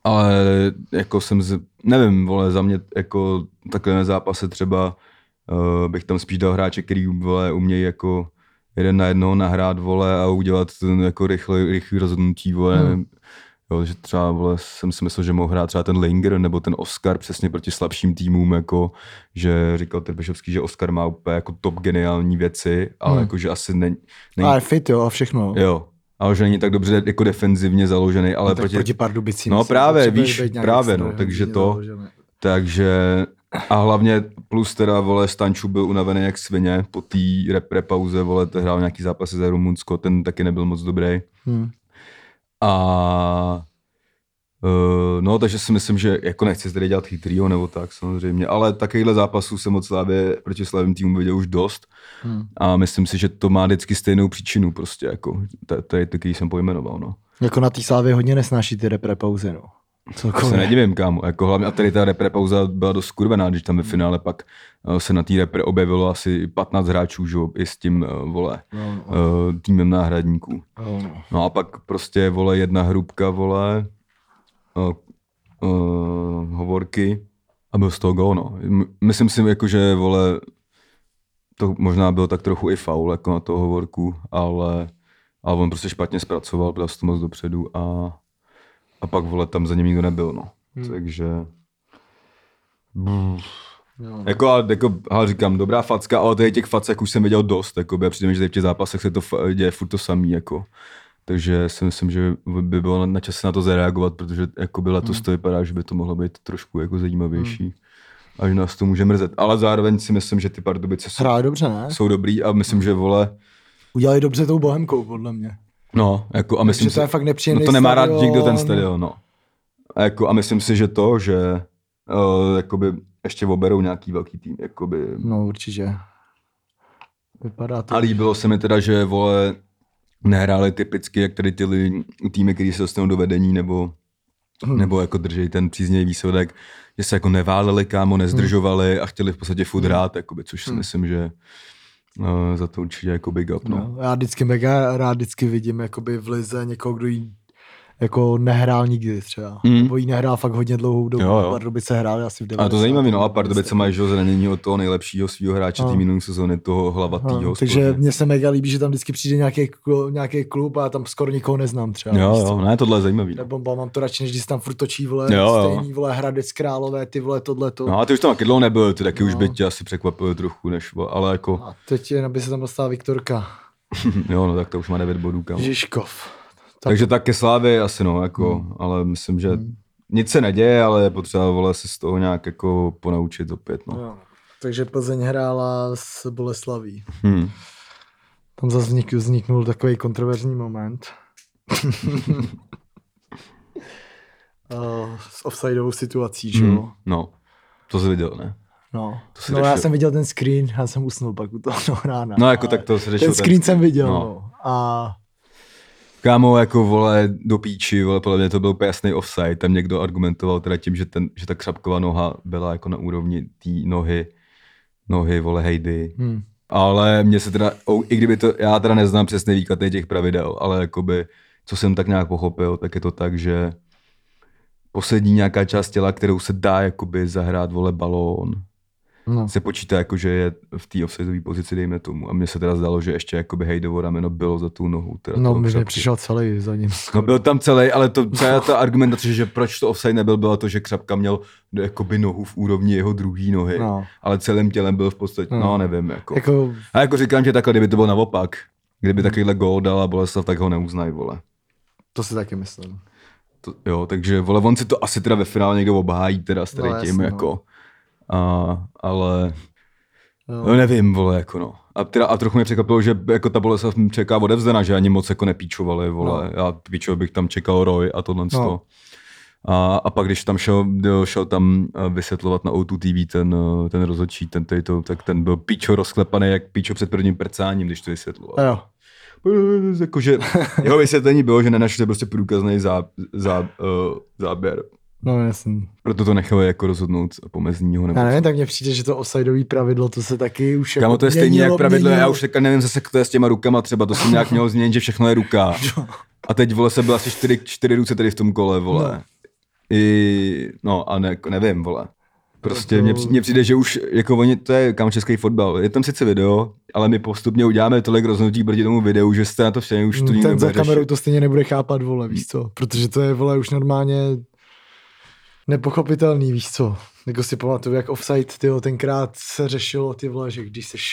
A: ale jako jsem, z, nevím, vole, za mě jako takhle na zápase třeba uh, bych tam spíš dal hráče, který vole, umějí jako jeden na jednoho nahrát, vole, a udělat ten jako rychlý, rychlý rozhodnutí, vole,
B: Hmm.
A: nevím. Jo, že třeba vole, jsem si myslel, že mohl hrát třeba ten Linger nebo ten Oscar přesně proti slabším týmům, jako, že říkal Trbišovský, že Oscar má úplně jako top geniální věci, ale
B: Hmm.
A: jako, že asi není... není
B: A je fit, jo, a všechno.
A: Jo. ale že není tak dobře jako defenzivně založený, ale
B: Ale
A: no,
B: proti,
A: proti,
B: proti Pardubicím.
A: No
B: si
A: právě,
B: potřebuješ
A: víš,
B: být nějak
A: právě, no,
B: extra
A: takže
B: defenzivně
A: to-
B: založený.
A: Takže a hlavně plus teda, vole, Stanču byl unavený jak svině po té rep, repauze, vole, to hrál nějaký zápasy za Rumunsko, ten taky nebyl moc dobrý.
B: Hm.
A: A eh, no, takže si myslím, že jako nechci tady dělat chytrýho nebo tak samozřejmě, ale takovýchhle zápasů jsem od Slávě proti slabým týmům viděl už dost
B: Hm.
A: a myslím si, že to má vždycky stejnou příčinu prostě, jako t- tady ty, který jsem pojmenoval, no.
B: Jako na té slávě hodně nesnáší ty repre pauzy, no.
A: To
B: Celkově.
A: se nedivím, kámo. Jako hlavně, a tady ta repre pauza byla dost skurvená, když tam ve finále pak eh, se na té repre objevilo asi 15 hráčů, že jo, i s tím, eh, vole,
B: No, no,
A: eh, týmem náhradníků.
B: no, no.
A: No a pak prostě, vole, jedna hrubka, vole, uh, uh, hovorky a byl z toho gol, no. M- Myslím si, jako, že, vole, to možná byl tak trochu i faul, jako na toho hovorku, ale, ale on prostě špatně zpracoval, byl to moc dopředu a, a pak, vole, tam za ním nikdo nebyl, no. Hmm. Takže... Brr.
B: no.
A: Jako, a, jako, ale říkám, dobrá facka, ale tady těch facek už jsem viděl dost, jako, a přijde mi, že tady v těch zápasech se to fa- děje furt to samý, jako. Takže si myslím, že by bylo na čase na to zareagovat, protože jako by
B: Hmm.
A: letos to vypadá, že by to mohlo být trošku jako zajímavější. Hmm. A že nás to může mrzet. Ale zároveň si myslím, že ty Pardubice jsou,
B: Hráli dobře, ne?
A: jsou dobrý a myslím, že vole,
B: Udělali dobře tou bohemkou, podle mě.
A: no, jako a myslím
B: Že to je
A: si,
B: fakt
A: no
B: nepříjemný
A: to nemá rád nikdo ten
B: stadion.
A: stadion, no. A, jako, a myslím si, že to, že uh, jakoby ještě oberou nějaký velký tým, jakoby
B: No určitě. Vypadá to.
A: A líbilo se mi teda, že vole, nehráli typicky, jak tady ty li- týmy, který se dostanou do vedení, nebo, hmm. nebo jako držej ten příznivý výsledek, že se jako neváleli, kámo, nezdržovali hmm. a chtěli v podstatě furt hrát, jakoby, což si myslím, že uh, za to určitě jako big up. No.
B: No, já vždycky mega rád vždycky vidím jakoby v lize někoho, kdo jí jako nehrál nikdy třeba.
A: Mm.
B: Mm. Nebo jí nehrál fakt hodně dlouhou dobu.
A: Jo, jo.
B: Pardubice hráli asi v 90.
A: A to zajímavé, no a Pardubice mají že jo, zranění od toho nejlepšího svého hráče té
B: Ano.
A: minulé sezóny, toho
B: Aha,
A: hlavatýho.
B: takže mně se mega líbí, že tam vždycky přijde nějaký, klu- nějaký klub a tam skoro nikoho neznám třeba.
A: Jo,
B: víš co?
A: jo, ne, tohle je zajímavý.
B: To
A: no.
B: je bomba, mám to radši, než když se tam furt točí, vole,
A: Jo, jo.
B: jo, stejný, vole, Hradec Králové, ty vole, tohle, to.
A: No a ty už tam taky dlouho nebyl, ty taky už
B: No.
A: by tě asi překvapil trochu, než, ale jako,
B: A teď jen, aby se tam dostala Viktorka.
A: jo, no tak to už má 9 bodů, kámo.
B: Žižkov. Ta-
A: Takže tak ke slávě asi no, jako, hmm. ale myslím, že hmm.
B: No.
A: nic se neděje, ale je potřeba vole se z toho nějak jako ponaučit opět, no.
B: Jo. Takže Plzeň hrála s Boleslaví.
A: Hmm.
B: Tam zase vznik, vzniknul takový kontroverzní moment. Eh, s offsideovou situací, že jo?
A: Hmm. No, to jsi viděl, ne?
B: No,
A: To se
B: no já
A: řešil.
B: jsem viděl ten screen, já jsem usnul pak u toho no, rána.
A: No jako
B: ale
A: tak to se řešil.
B: Ten screen jsem viděl,
A: No.
B: no. no. A
A: Kámo, jako vole, do píči, vole, podle mě to byl úplně jasný offside, tam někdo argumentoval teda tím, že, ten, že ta křapková noha byla jako na úrovni té nohy, nohy, vole, hejdy.
B: hm,
A: Ale mě se teda, o, i kdyby to, já teda neznám přesně výklad těch pravidel, ale jakoby, co jsem tak nějak pochopil, tak je to tak, že poslední nějaká část těla, kterou se dá jakoby zahrát, vole, balón,
B: no.
A: se počítá jako, že je v té offsideové pozici, dejme tomu. A mně se teda zdalo, že ještě jakoby hejdovo rameno bylo za tu nohu. Teda
B: No,
A: toho
B: mi
A: Křapky.
B: nepřišel celý za ním.
A: No byl tam celý, ale to, celá ta argumentace, že proč to offside nebyl, byla to, že Křapka měl jakoby nohu v úrovni jeho druhé nohy,
B: No.
A: ale celým tělem byl v podstatě, no,
B: No.
A: nevím, jako.
B: Jako,
A: A jako říkám tě takhle, kdyby to bylo naopak, kdyby takovýhle gól dala Boleslav, tak ho neuznají, vole.
B: to si taky myslím.
A: To, jo, takže vole, on si to asi teda ve finále někdo obhájí teda s tady
B: No,
A: tím,
B: jasně, no.
A: jako. A, ale
B: Jo.
A: no, nevím, vole, jako no. A, teda, a trochu mě překvapilo, že jako ta Boleslav čeká odevzdana, že ani moc jako nepíčovali, vole. No. Já píčo bych tam čekal Roy a tohle. No. A, a, pak když tam šel, jo, šel tam eh, vysvětlovat na O2 TV ten, eh, ten rozhodčí, ten tady to, tak ten byl píčo rozklepaný, jak píčo před prvním prcáním, když to vysvětloval.
B: A jo.
A: Jakože jeho vysvětlení bylo, že nenašli prostě průkazný zá, zá, uh, záběr.
B: No, jasný.
A: Proto to nechali jako rozhodnout pomezního nebo
B: Já nevím,
A: co.
B: tak mně přijde, že to offsideový pravidlo, to se taky už jako
A: Kámo, to je stejně jak
B: měnilo-
A: pravidlo, já
B: měnilo.
A: už teďka nevím zase, to je s těma rukama třeba, to jsem nějak měl změnit, že všechno je ruka. A teď, vole, se byla asi čtyři, čtyři ruce tady v tom kole, vole. No.
B: No.
A: I, no a ne, nevím, vole. Prostě
B: To-
A: mně při- mně přijde, že už, jako oni, to je kam český fotbal. Je tam sice video, ale my postupně uděláme tolik rozhodnutí proti tomu videu, že jste na to všichni už to nikdo
B: Mm, Hmm, Ten za
A: nebude
B: kamerou
A: řešit.
B: to stejně nebude chápat, vole, víš co? Protože to je, vole, už normálně nepochopitelný, víš co? Jako si pamatuju, jak offside, tyjo, tenkrát se řešilo, ty vole, že když seš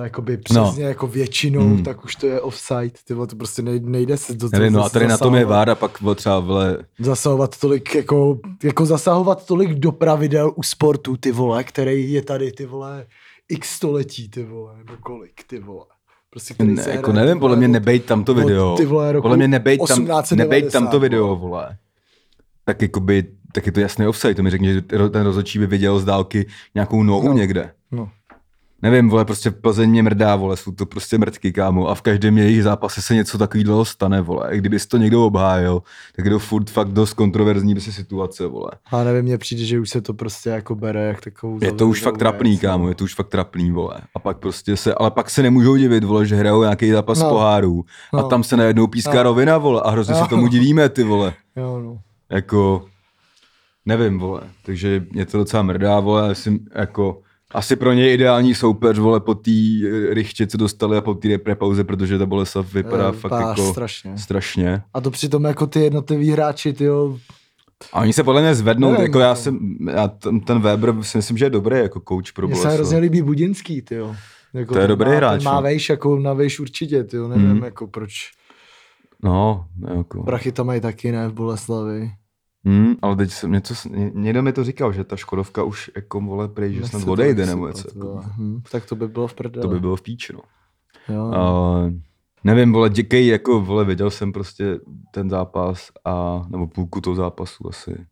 B: eh, jakoby přesně
A: No.
B: no. jako většinou,
A: Mm.
B: mm. tak už to je offside, ty vole, to prostě nejde, nejde se do
A: Nevím, no a
B: zas-
A: tady na tom je
B: zasahovat-
A: váda, pak vole, třeba vle,
B: Zasahovat tolik, jako, jako zasahovat tolik do pravidel u sportu, ty vole, který je tady, ty vole, x století, ty vole, nebo kolik, ty vole. Prostě, který
A: ne,
B: se
A: jako
B: hraje,
A: nevím,
B: ty
A: podle mě
B: vole, od-
A: nebejt tam to
B: od,
A: video.
B: Ty vole, roku
A: Podle mě nebejt tam,
B: 1890,
A: nebejt tam to
B: vole.
A: video, vole. Tak jakoby, tak je to jasný offside, to mi řekne, že ro- ten rozhodčí by viděl z dálky nějakou nohu
B: No.
A: někde.
B: No.
A: Nevím, vole, prostě Plzeň mě mrdá, vole, jsou to prostě mrtky, kámo, a v každém jejich zápase se něco takového stane, vole. A Kdyby si to někdo obhájil, tak je to furt fakt dost kontroverzní prostě situace, vole.
B: A nevím, mně přijde, že už se to prostě jako bere jak takovou...
A: Je to
B: zavřenou
A: už fakt trapný,
B: věc, no.
A: kámo, je to už fakt trapný, vole. A pak prostě se, ale pak se nemůžou divit, vole, že hrajou nějaký zápas no.
B: No.
A: pohárů a
B: No.
A: tam se najednou píská
B: No.
A: rovina, vole, a hrozně se
B: No.
A: tomu divíme, ty vole.
B: Jo, no.
A: Jako, nevím, vole, takže mě to docela mrdá, vole, asi, jako, asi pro něj ideální soupeř, vole, po té eh, rychtě, co dostali a po té repauze, protože ta Boleslav vypadá
B: Eh,
A: fakt
B: vypadá
A: jako
B: strašně.
A: strašně.
B: A to přitom jako ty jednotliví hráči, ty jo,
A: A oni se podle mě zvednou,
B: Nevím,
A: jako já
B: jako.
A: jsem, já ten, ten Weber si myslím, že je dobrý jako coach pro
B: mně se
A: Boleslav.
B: hrozně líbí Budinský, ty jo. Jako
A: To je
B: ten
A: dobrý
B: má,
A: hráč,
B: Ten má
A: no.
B: vejš, jako na vejš určitě, ty jo, nevím,
A: Mhm.
B: jako proč.
A: No, jako.
B: Prachy tam mají taky, ne, v Boleslavi.
A: Hmm, ale teď jsem něco, s- ně- někdo mi to říkal, že ta Škodovka už jako vole prej, že
B: Nechci
A: snad
B: to
A: odejde
B: vysypat,
A: nebo něco. Jako,
B: vole. Hm, tak to by bylo v prdele.
A: to by bylo v píči, no.
B: Jo.
A: Uh, nevím, vole, děkej, jako vole, viděl jsem prostě ten zápas a, nebo půlku toho zápasu asi.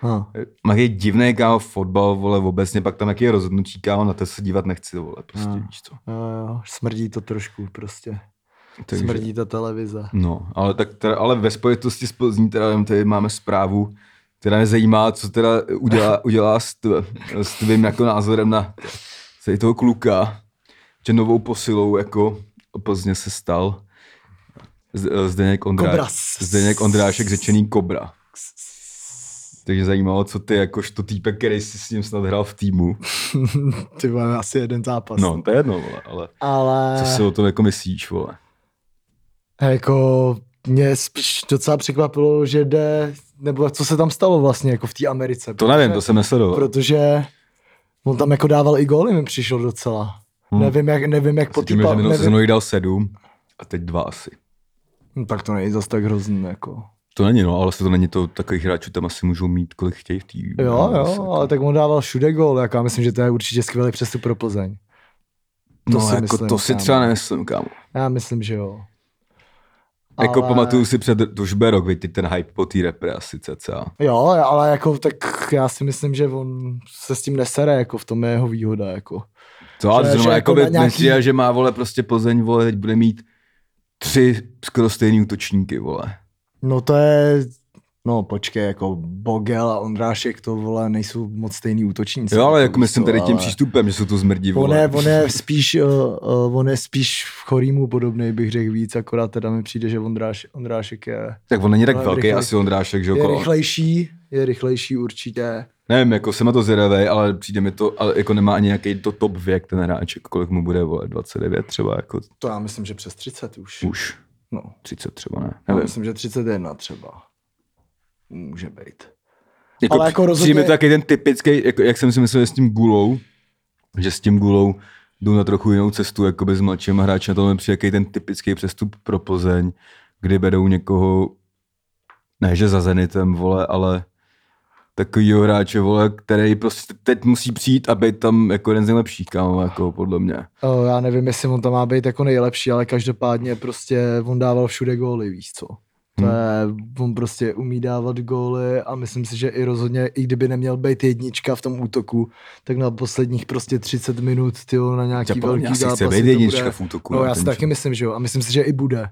B: Ha.
A: Má je divný kámo fotbal, vole, obecně, pak tam jaký je rozhodnutí, kámo, na to se dívat nechci, vole, prostě,
B: Hmm.
A: víš co.
B: Jo, jo, smrdí to trošku prostě.
A: Takže-
B: Smrdí ta televize.
A: No, ale, tak teda, ale ve spojitosti s Plzní teda jenom tady máme zprávu, která mě zajímá, co teda udělá, udělá s, tv, s tvým jako názorem na tady toho kluka, že novou posilou jako Plzně se stal Z- eh, Zdeněk, Ondrá,
B: Kobras.
A: Zdeněk Ondrášek, řečený Kobra. Takže zajímalo, co ty jakožto týpek, který jsi s ním snad hrál v týmu.
B: ty vole, asi jeden zápas.
A: No, to je jedno, vole, ale
B: Ale...
A: co si o tom jako myslíš, vole?
B: Jako mě spíš docela překvapilo, že jde, nebo co se tam stalo vlastně jako v té Americe.
A: To nevím, to jsem nesledoval.
B: Protože on tam jako dával i góly, mi přišel docela.
A: Hmm.
B: Hmm. Nevím, jak, nevím, jak
A: Po tím, že
B: potýpal.
A: minulou
B: Nevím,
A: sezónu jich dal sedm a teď dva asi.
B: no, tak to není zas tak hrozný, jako.
A: To není, no, ale vlastně to není to, takových hráčů tam asi můžou mít, kolik chtějí v no, té.
B: Jo, jo, ale No, tak on dával všude gól, jako já myslím, že to je určitě skvělý přestup pro Plzeň.
A: to no,
B: si
A: jako
B: myslím,
A: to si
B: kámo.
A: třeba nemyslím, kámo.
B: Já myslím, že jo.
A: Ale... Jako pamatuju si před, to už bude rok, viď, teď ten hype po té repre asi cca.
B: Jo, ale jako tak já si myslím, že on se s tím nesere, jako v tom je jeho výhoda, jako.
A: To ale
B: Že-
A: zrovna
B: že
A: jako
B: jako
A: by
B: na nějaký-
A: nějaký... že má, vole, prostě Plzeň, vole, teď bude mít tři skoro stejný útočníky, vole.
B: No to je, no počkej, jako Bogel a Ondrášek to vole, nejsou moc stejný útočníci.
A: Jo, ale
B: Jako
A: jako
B: víš
A: myslím
B: co,
A: tady tím
B: ale
A: přístupem, že jsou to zmrdí,
B: On je,
A: vole.
B: on je spíš, uh, uh, on je spíš v chorýmu podobný, bych řekl víc, akorát teda mi přijde, že Ondráš, Ondrášek je,
A: Tak on není tak
B: Ale
A: velký,
B: rychlej-
A: asi Ondrášek, že
B: je
A: okolo.
B: rychlejší, je rychlejší určitě.
A: Nevím, jako jsem na to zvědavej, ale přijde mi to, ale jako nemá ani nějaký to top věk ten hráček, kolik mu bude, vole, 29 třeba, jako
B: To já myslím, že přes 30 už.
A: už.
B: No,
A: 30 třeba, ne?
B: já
A: Nevím.
B: myslím, že 31 třeba. Může být.
A: Jako, ale
B: ale
A: jako
B: jako
A: rozhodně... Přijde mi
B: rozhodně-
A: to taky ten typický, jako, jak jsem si myslel že s tím gulou, že s tím gulou jdu na trochu jinou cestu, jako bez mladším hráčem, to mi přijde jaký ten typický přestup pro Plzeň, kdy berou někoho, ne že za Zenitem, vole, ale takovýho hráče, vole, který prostě teď musí přijít a být tam jako jeden z nejlepších, kámo, jako podle mě.
B: O, já nevím, jestli on tam má být jako nejlepší, ale každopádně prostě on dával všude góly, víš co. To
A: Hmm.
B: je, on prostě umí dávat góly a myslím si, že i rozhodně, i kdyby neměl být jednička v tom útoku, tak na posledních prostě 30 minut, tyjo, na
A: Já
B: nějaký
A: podle mě
B: velký
A: asi
B: zápas.
A: chce být jednička v útoku.
B: No
A: ne,
B: já si
A: ten
B: taky
A: člověk.
B: myslím, že jo. A myslím si, že i bude.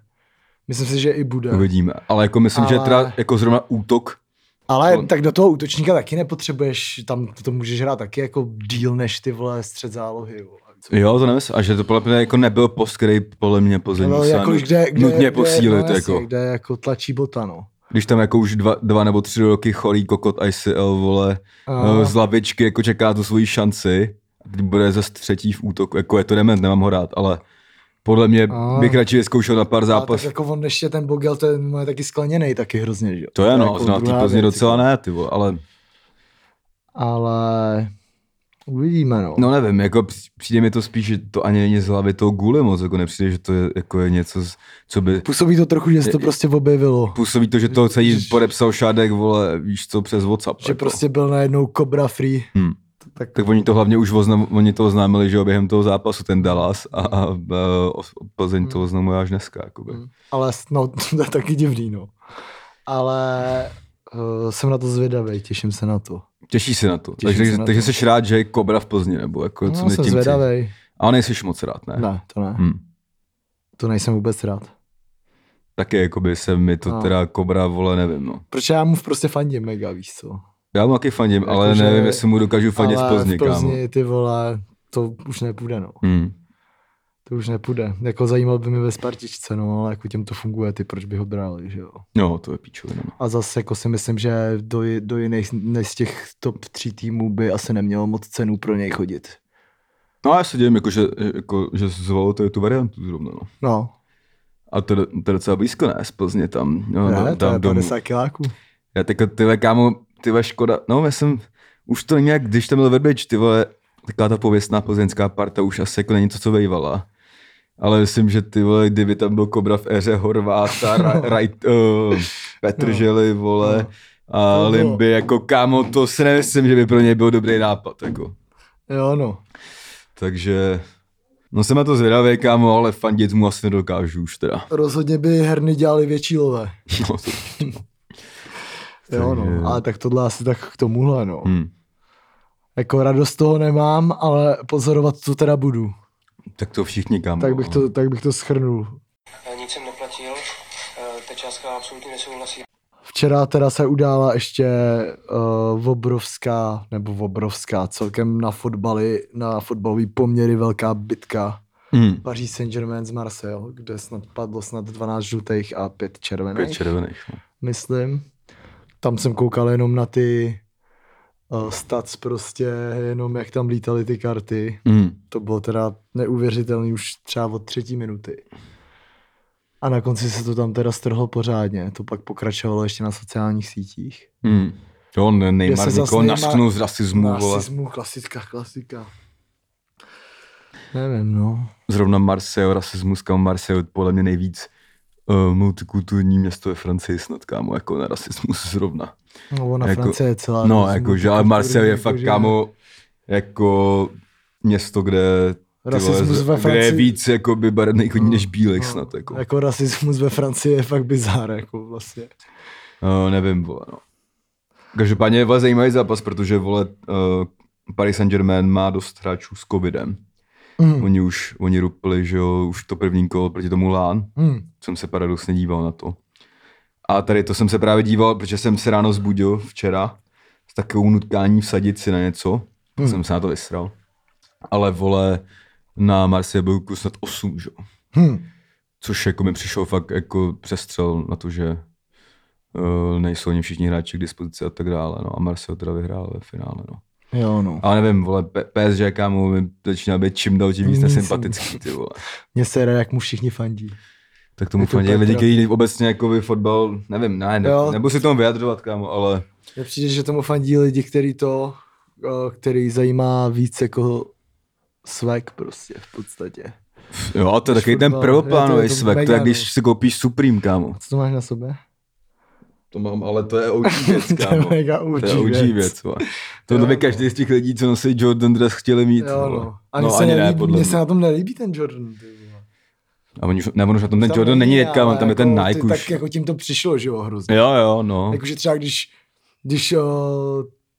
B: Myslím si, že i bude.
A: Uvidíme. Ale jako myslím, ale... že
B: Ale-
A: teda jako zrovna útok
B: Ale
A: On-
B: tak do toho útočníka taky nepotřebuješ, tam to můžeš hrát taky jako díl než ty vole střed zálohy. Vole.
A: Jo, to nemysl. A že to podle mě jako nebyl post, který podle mě Plzeň
B: No,
A: musela
B: jako už
A: nut-
B: kde, kde,
A: nutně
B: kde,
A: posílit.
B: no, jasně,
A: jako.
B: Kde jako tlačí bota, no.
A: Když tam jako už dva, dva nebo tři roky chorý kokot ICL, vole, no. z lavičky jako čeká tu svoji šanci. A Teď bude zase třetí v útoku. Jako je to dement, nemám ho rád, ale podle mě
B: A.
A: bych radši vyzkoušel na pár
B: zápas.
A: zápas.
B: No. Tak jako on ještě ten Bogel, ten má taky skleněný taky hrozně, že jo.
A: To je no,
B: jako
A: zná ty
B: druhá
A: Plzně
B: věc,
A: docela
B: jako.
A: ne, ty vole, ale
B: Ale Uvidíme, no.
A: No nevím, jako při- přijde mi to spíš, že to ani není z hlavy toho gule moc, jako nepřijde, že to je, jako je něco, z- co by...
B: Působí to trochu, že se to prostě objevilo.
A: Působí to, že to celý podepsal šádek, vole, víš co, přes WhatsApp.
B: Že
A: jako.
B: prostě byl najednou Cobra Free.
A: Hmm.
B: Tak,
A: Tak oni to hlavně už oznam, oni to oznámili, že jo, během toho zápasu ten Dallas a, a, a Plzeň
B: Hmm.
A: to oznamuje až dneska. Jakoby.
B: ale s- no, to je taky divný, no. Ale uh, jsem na to zvědavý, těším se na to.
A: Těší se na to.
B: Těším
A: takže
B: se na
A: takže
B: to.
A: jsi rád, že je Kobra v Plzni, nebo jako, co
B: No,
A: mě
B: jsem
A: tím chci-
B: zvědavý.
A: Ale nejsi moc rád, ne?
B: Ne, to ne.
A: Hmm.
B: To nejsem vůbec rád.
A: Taky jakoby se mi to
B: No.
A: teda Kobra, vole, nevím, no.
B: Proč já mu prostě fandím mega, víš co?
A: Já mu taky fandím,
B: Jako,
A: ale
B: že-
A: nevím, jestli mu dokážu fandit
B: Ale
A: v Plzni,
B: v
A: kámo.
B: Plzni ty vole, to už nepůjde, no.
A: Hmm.
B: To už nepůjde. Jako zajímal by mě ve Spartičce, no, ale jako těm to funguje, ty proč by ho brali, že jo.
A: No, to je píčovina. no.
B: A zase jako si myslím, že do, ji- do jiných než z těch top tří týmů by asi nemělo moc cenu pro něj chodit.
A: No a já se dělím, jako, že, jako, že zvalo to je tu variantu zrovna. No.
B: No,
A: A to, je- to je docela blízko, ne? Z Plzně tam. No,
B: ne,
A: tam
B: to je
A: domů.
B: 50 kiláků.
A: Já teďka, tyhle kámo, tyhle škoda, no já jsem, už to nějak, když tam byl Verbeč, ty vole, taková ta pověstná plzeňská parta už asi jako není to, co vejvala. Ale myslím, že ty vole, kdyby tam byl Kobra v éře Horváta, ra, raj, uh, Petrželi, vole, a
B: No. To by bylo.
A: Limby, jako kámo, to si nemyslím, že by pro něj byl dobrý nápad, jako.
B: Jo, no.
A: Takže, no jsem na to zvědavý, kámo, ale fandit mu asi nedokážu už teda.
B: Rozhodně by herny dělali větší lové.
A: No, to,
B: Jo,
A: Takže-
B: no. Ale tak tohle asi tak k tomuhle, no.
A: hm.
B: Jako radost toho nemám, ale pozorovat to teda budu.
A: Tak to všichni, kámo.
B: Tak bych to, tak bych to schrnul.
D: Nic jsem neplatil, eh, ta částka absolutně nesouhlasí.
B: Včera teda se udála ještě uh, obrovská, nebo obrovská, celkem na fotbali, na fotbalový poměry velká bitka.
A: Hm.
B: Paris Saint-Germain z Marseille, kde snad padlo snad 12 žlutých a 5 červených,
A: Pět červených. No.
B: myslím. Tam jsem koukal jenom na ty uh, stats prostě, jenom jak tam lítaly ty karty.
A: Hm.
B: To bylo teda neuvěřitelné už třeba od třetí minuty. A na konci se to tam teda strhlo pořádně. To pak pokračovalo ještě na sociálních sítích.
A: Hmm. Jo, ne-
B: Kde se
A: Neymar
B: zas
A: někoho
B: Neymar-
A: naštnul z rasismu, vole.
B: Rasismu, klasická, klasika. Nevím, no.
A: Zrovna Marseille, rasismus, kam Marseille je podle mě nejvíc uh, multikulturní město ve Francii snad, kámo, jako na rasismus zrovna.
B: No, ona
A: Jako-
B: jako, Francie je jako celá.
A: no,
B: rasismu,
A: jakože, ale
B: kulturní,
A: Marseille je fakt,
B: jakože-
A: kámo, jako město, kde, ty
B: Rasismus ve
A: kde je
B: Francii-
A: víc jakoby barevných lidí
B: No,
A: než bílek
B: no,
A: snad, jako.
B: Jako rasismus ve Francii je fakt bizár, jako vlastně.
A: No, nevím, vole, no. Každopádně je vole zajímavý zápas, protože, vole, uh, Paris Saint-Germain má dost hráčů s covidem.
B: Mm.
A: Oni už, oni rupili, že jo, už to první kolo proti tomu Lán,
B: Mm.
A: jsem se paradoxně díval na to. A tady to jsem se právě díval, protože jsem se ráno zbudil včera s takovou nutkání vsadit si na něco. Hmm. Jsem se na to vysral. Ale vole, na Marseille byl kus snad 8, že? jo.
B: Hmm.
A: Což jako mi přišel fakt jako přestřel na to, že uh, nejsou oni všichni hráči k dispozici a tak dále. No. A Marseille teda vyhrál ve finále. No.
B: Jo, no.
A: Ale nevím, vole, P- PSG kámo mi začíná být čím dál tím víc
B: Nic.
A: nesympatický, ty vole.
B: Mně se jde, jak mu všichni fandí.
A: Tak tomu
B: Je to
A: fandí
B: tak
A: lidi,
B: teda-
A: kteří obecně jako by fotbal, nevím, ne, ne
B: Jo.
A: nebudu si tomu vyjadřovat, kámo, ale
B: Mně přijde, že tomu fandí lidi, který to, eh, který zajímá víc jako svek prostě v podstatě.
A: jo, a to je
B: Když
A: takový ten
B: fotbal,
A: prvoplánový
B: je to- je to
A: svek, to je
B: mega,
A: jak když
B: no.
A: si koupíš Supreme, kámo.
B: Co to máš na sobě?
A: To mám, ale to je OG věc,
B: to je
A: kámo.
B: mega
A: to je OG věc, vole. To
B: Jo,
A: by
B: no.
A: každý z těch lidí, co nosí Jordan dress, chtěli mít.
B: Jo,
A: vole.
B: no. A mně se, nelíbí, mně se na tom nelíbí ten Jordan. Ty, vole.
A: A oni už, ne, on už na tom ten
B: Tam
A: No, Jordan není,
B: ale
A: kámo, tam je ten
B: jako,
A: Nike
B: ty, Jako- Tak
A: už.
B: jako tím to přišlo, že jo, hrozně.
A: Jo, jo, no.
B: Jakože třeba když, když o,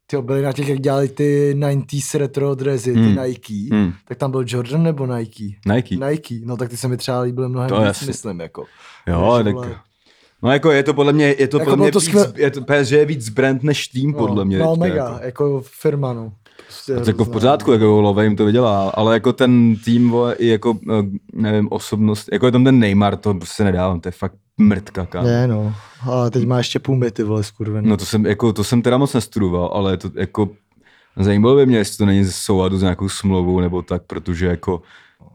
B: tyjo, byli na těch, jak dělali ty 90s retro dresy, ty
A: Hmm.
B: Nike,
A: Hmm.
B: tak tam byl Jordan nebo Nike?
A: Nike.
B: Nike, no tak ty se mi třeba líbily mnohem
A: To
B: to víc,
A: jasně.
B: myslím, jako.
A: Jo,
B: Takže,
A: tak...
B: vole.
A: No jako je to podle mě, je to
B: Jako
A: podle
B: bylo
A: mě
B: to
A: víc,
B: skvěl-
A: je to PSG je víc brand než tým, podle mě.
B: No,
A: teďka,
B: mega,
A: jako.
B: jako, jako firma, no. Prostě
A: To jako v
B: hrozná.
A: pořádku, jako Love jim to vydělá, ale jako ten tým, vole, i jako, eh, nevím, osobnost, jako je tam ten Neymar, to prostě nedávám, to je fakt mrtka, kámo.
B: Ne, no. A teď má ještě půl ty vole, skurvený.
A: No to jsem, jako, to jsem teda moc nestudoval, ale to jako, zajímalo by mě, jestli to není z souladu s nějakou smlouvou nebo tak, protože jako,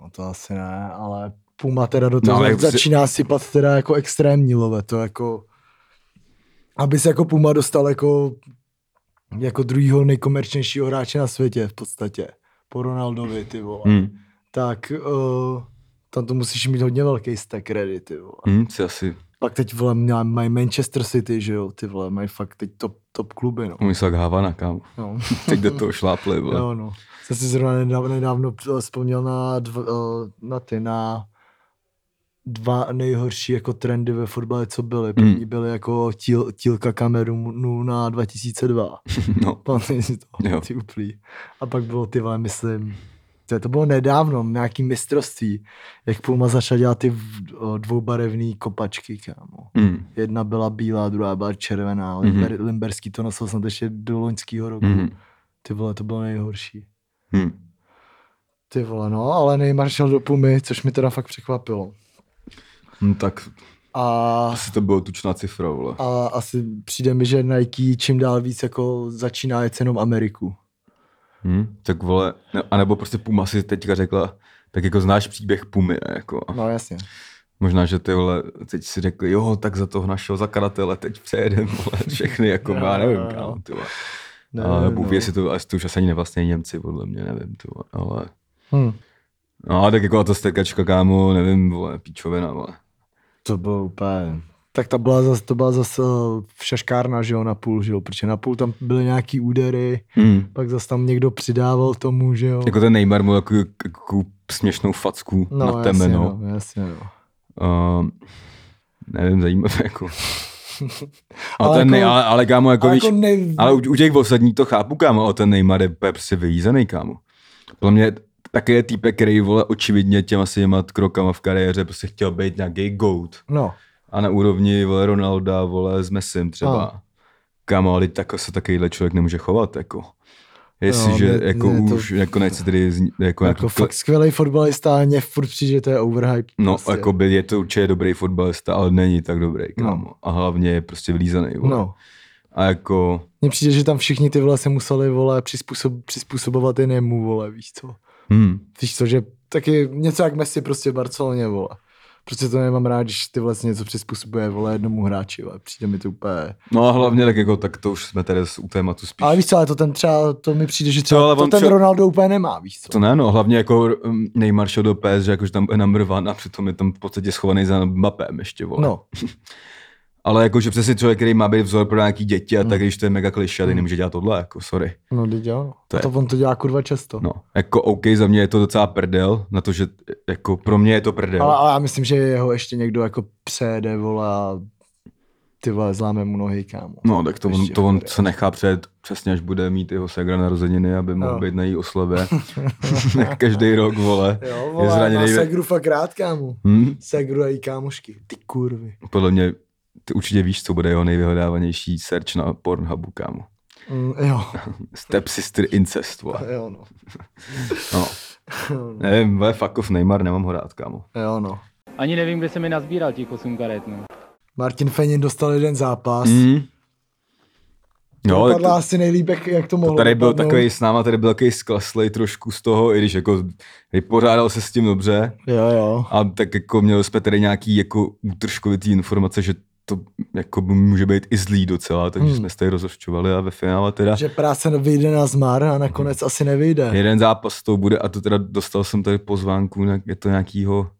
B: No, to asi ne, ale Puma teda do toho
A: ale
B: no,
A: jak si-
B: začíná sypat teda jako extrémní love, to jako, aby se jako Puma dostal jako jako druhýho nejkomerčnějšího hráče na světě v podstatě. Po Ronaldovi, ty vole. Hmm.
A: Hm,
B: Tak uh, tam to musíš mít hodně velký stack ready, ty vole.
A: hm, si asi,
B: Pak teď, vole, měla- mají Manchester City, že jo, ty vole, mají fakt teď top, top kluby, no.
A: umyslel jak Havana, kámo.
B: no.
A: Teď do toho šlápli, Mm. vole.
B: Jo, no. Jsem si zrovna nedávno, nedávno eh, vzpomněl na, dv, eh, na ty, na dva nejhorší jako trendy ve fotbale, co byly. První
A: Hmm.
B: byly jako tíl, tílka Kamerunu na 2002.
A: No,
B: Pamatuji si to,
A: Jo.
B: ty uplí. A pak bylo ty vole, myslím, to, to bylo nedávno, nějaký mistrovství, jak Puma začal dělat ty v- o, dvoubarevný kopačky, kámo.
A: hm,
B: Jedna byla bílá, druhá byla červená. Limber, Limberský to nosil snad ještě do loňského roku.
A: Mhm.
B: Ty vole, to bylo nejhorší.
A: hm.
B: Ty vole, no, ale Neymar šel do Pumy, což mi teda fakt překvapilo.
A: No tak
B: A,
A: asi to bylo tučná cifra, vole.
B: a asi přijde mi, že Nike čím dál víc jako začíná jet jenom Ameriku.
A: Hm, tak vole, ne, anebo prostě Puma si teďka řekla, tak jako znáš příběh Pumy, ne, jako. A
B: No jasně.
A: Možná, že ty vole, teď si řekli, jo, tak za toho našeho zakladatele teď přejedem, vole, všechny, jako já nevím, kámo, ty vole.
B: Ne,
A: Ale
B: no.
A: Bůh ví, jestli to, jestli to už asi ani nevlastní Němci, podle mě, nevím, ty vole, ale...
B: Hm.
A: No, a tak jako a ta stekačka, kámo, nevím, vole, píčovina, vole.
B: To bylo úplně... Tak ta byla zase, to byla zase eh, šaškárna, že jo, na půl, že jo, protože na půl tam byly nějaký údery,
A: Hmm.
B: pak zase tam někdo přidával tomu, že jo.
A: Jako ten Neymar mu jako, jako směšnou facku
B: no,
A: na
B: jasně,
A: temeno.
B: no. jasně, no.
A: Uh, nevím, zajímavé, jako. A
B: Ale
A: ale ten, jako,
B: jako-
A: ale, ale kámo, jako,
B: Ale
A: víš,
B: jako ne...
A: ale u, u těch ostatních to chápu, kámo, ale ten Neymar je úplně prostě vyjízený, kámo. Podle mě taky je týpek, který vole očividně těma svýma krokama v kariéře prostě chtěl být nějaký goat.
B: No,
A: A na úrovni vole Ronalda, vole s Messim třeba.
B: Ano.
A: Kámo, ale tak se takovýhle člověk nemůže chovat, jako. Jestliže
B: mě-
A: jako
B: mě to-
A: už, jako nechci tedy, zni- jako,
B: jako,
A: jako,
B: fakt skvělý fotbalista, a mě furt přijde, že to je overhype.
A: No, prostě. jako by je to určitě dobrý fotbalista, ale není tak dobrý, kámo. No. A hlavně je prostě vlízaný, vole.
B: No.
A: A jako,
B: Mně přijde, že tam všichni ty vole se museli, vole, přizpůsob, přizpůsobovat jen jemu, vole, víš co.
A: hm,
B: Víš co, že taky něco jak Messi prostě v Barceloně, vole. Prostě to nemám rád, když ty vlastně něco přizpůsobuje, vole, jednomu hráči, vole. Přijde mi to úplně...
A: no a hlavně tak jako, tak to už jsme tady s- u tématu spíš.
B: Ale víš co, ale to ten třeba, to mi přijde, že třeba
A: ale
B: to
A: on
B: ten
A: třeba-
B: Ronaldo úplně nemá, víš co.
A: To ne, no, hlavně jako um, Neymar šel do PS, že jakože tam bude number one a přitom je tam v podstatě schovaný za Mbappem ještě, vole.
B: No,
A: Ale jakože přesně člověk, který má být vzor pro nějaký děti
B: Mm.
A: a tak, když to je mega klišé, tak nemůže dělat tohle, jako sorry.
B: no, teď jo.
A: To
B: To,
A: je-
B: to on to dělá kurva často.
A: No, jako OK, za mě je to docela prdel, na to, že jako pro mě je to prdel.
B: Ale, ale, já myslím, že jeho ještě někdo jako přejede, vole, a ty vole, zláme mu nohy, kámo.
A: No, tak to on,
B: Ještě
A: to on
B: prdel.
A: se nechá před, přesně až bude mít jeho segra narozeniny, aby mohl
B: No.
A: být na její oslavě. Jak Každý rok, vole.
B: Jo,
A: je
B: vole, má
A: zraněný. ve-
B: Segru fakt rád, kámo.
A: Hm?
B: Segru a její kámošky. Ty kurvy.
A: Podle mě, ty určitě víš, co bude jeho nejvyhledávanější search na Pornhubu, kámo.
B: Mm, jo,
A: Step sister incest, vole.
B: jo no.
A: No.
B: Jo, no.
A: Nevím, vole, fuck off, Neymar, nemám ho rád, kámo.
B: Jo, no.
E: Ani nevím, kde se mi nazbíral těch 8 karet, no.
B: Martin Fenin dostal jeden zápas. Mm,
A: Mm.
B: no,
A: No, tak
B: Dopadla
A: to,
B: asi nejlíp, jak, jak to
A: to
B: mohlo
A: tady byl
B: dopadnout.
A: takový s náma, tady byl takový skleslej trošku z toho, i když jako vypořádal se s tím dobře,
B: Jo, jo.
A: A tak jako měli jsme tady nějaký jako útržkovitý informace, že to jako by může být i zlý docela, takže
B: Hmm.
A: jsme se tady rozhořčovali a ve finále teda
B: Že práce vyjde na zmar a nakonec
A: Mm.
B: asi nevyjde.
A: jeden zápas to bude a to teda dostal jsem tady pozvánku, na, je to nějakýho,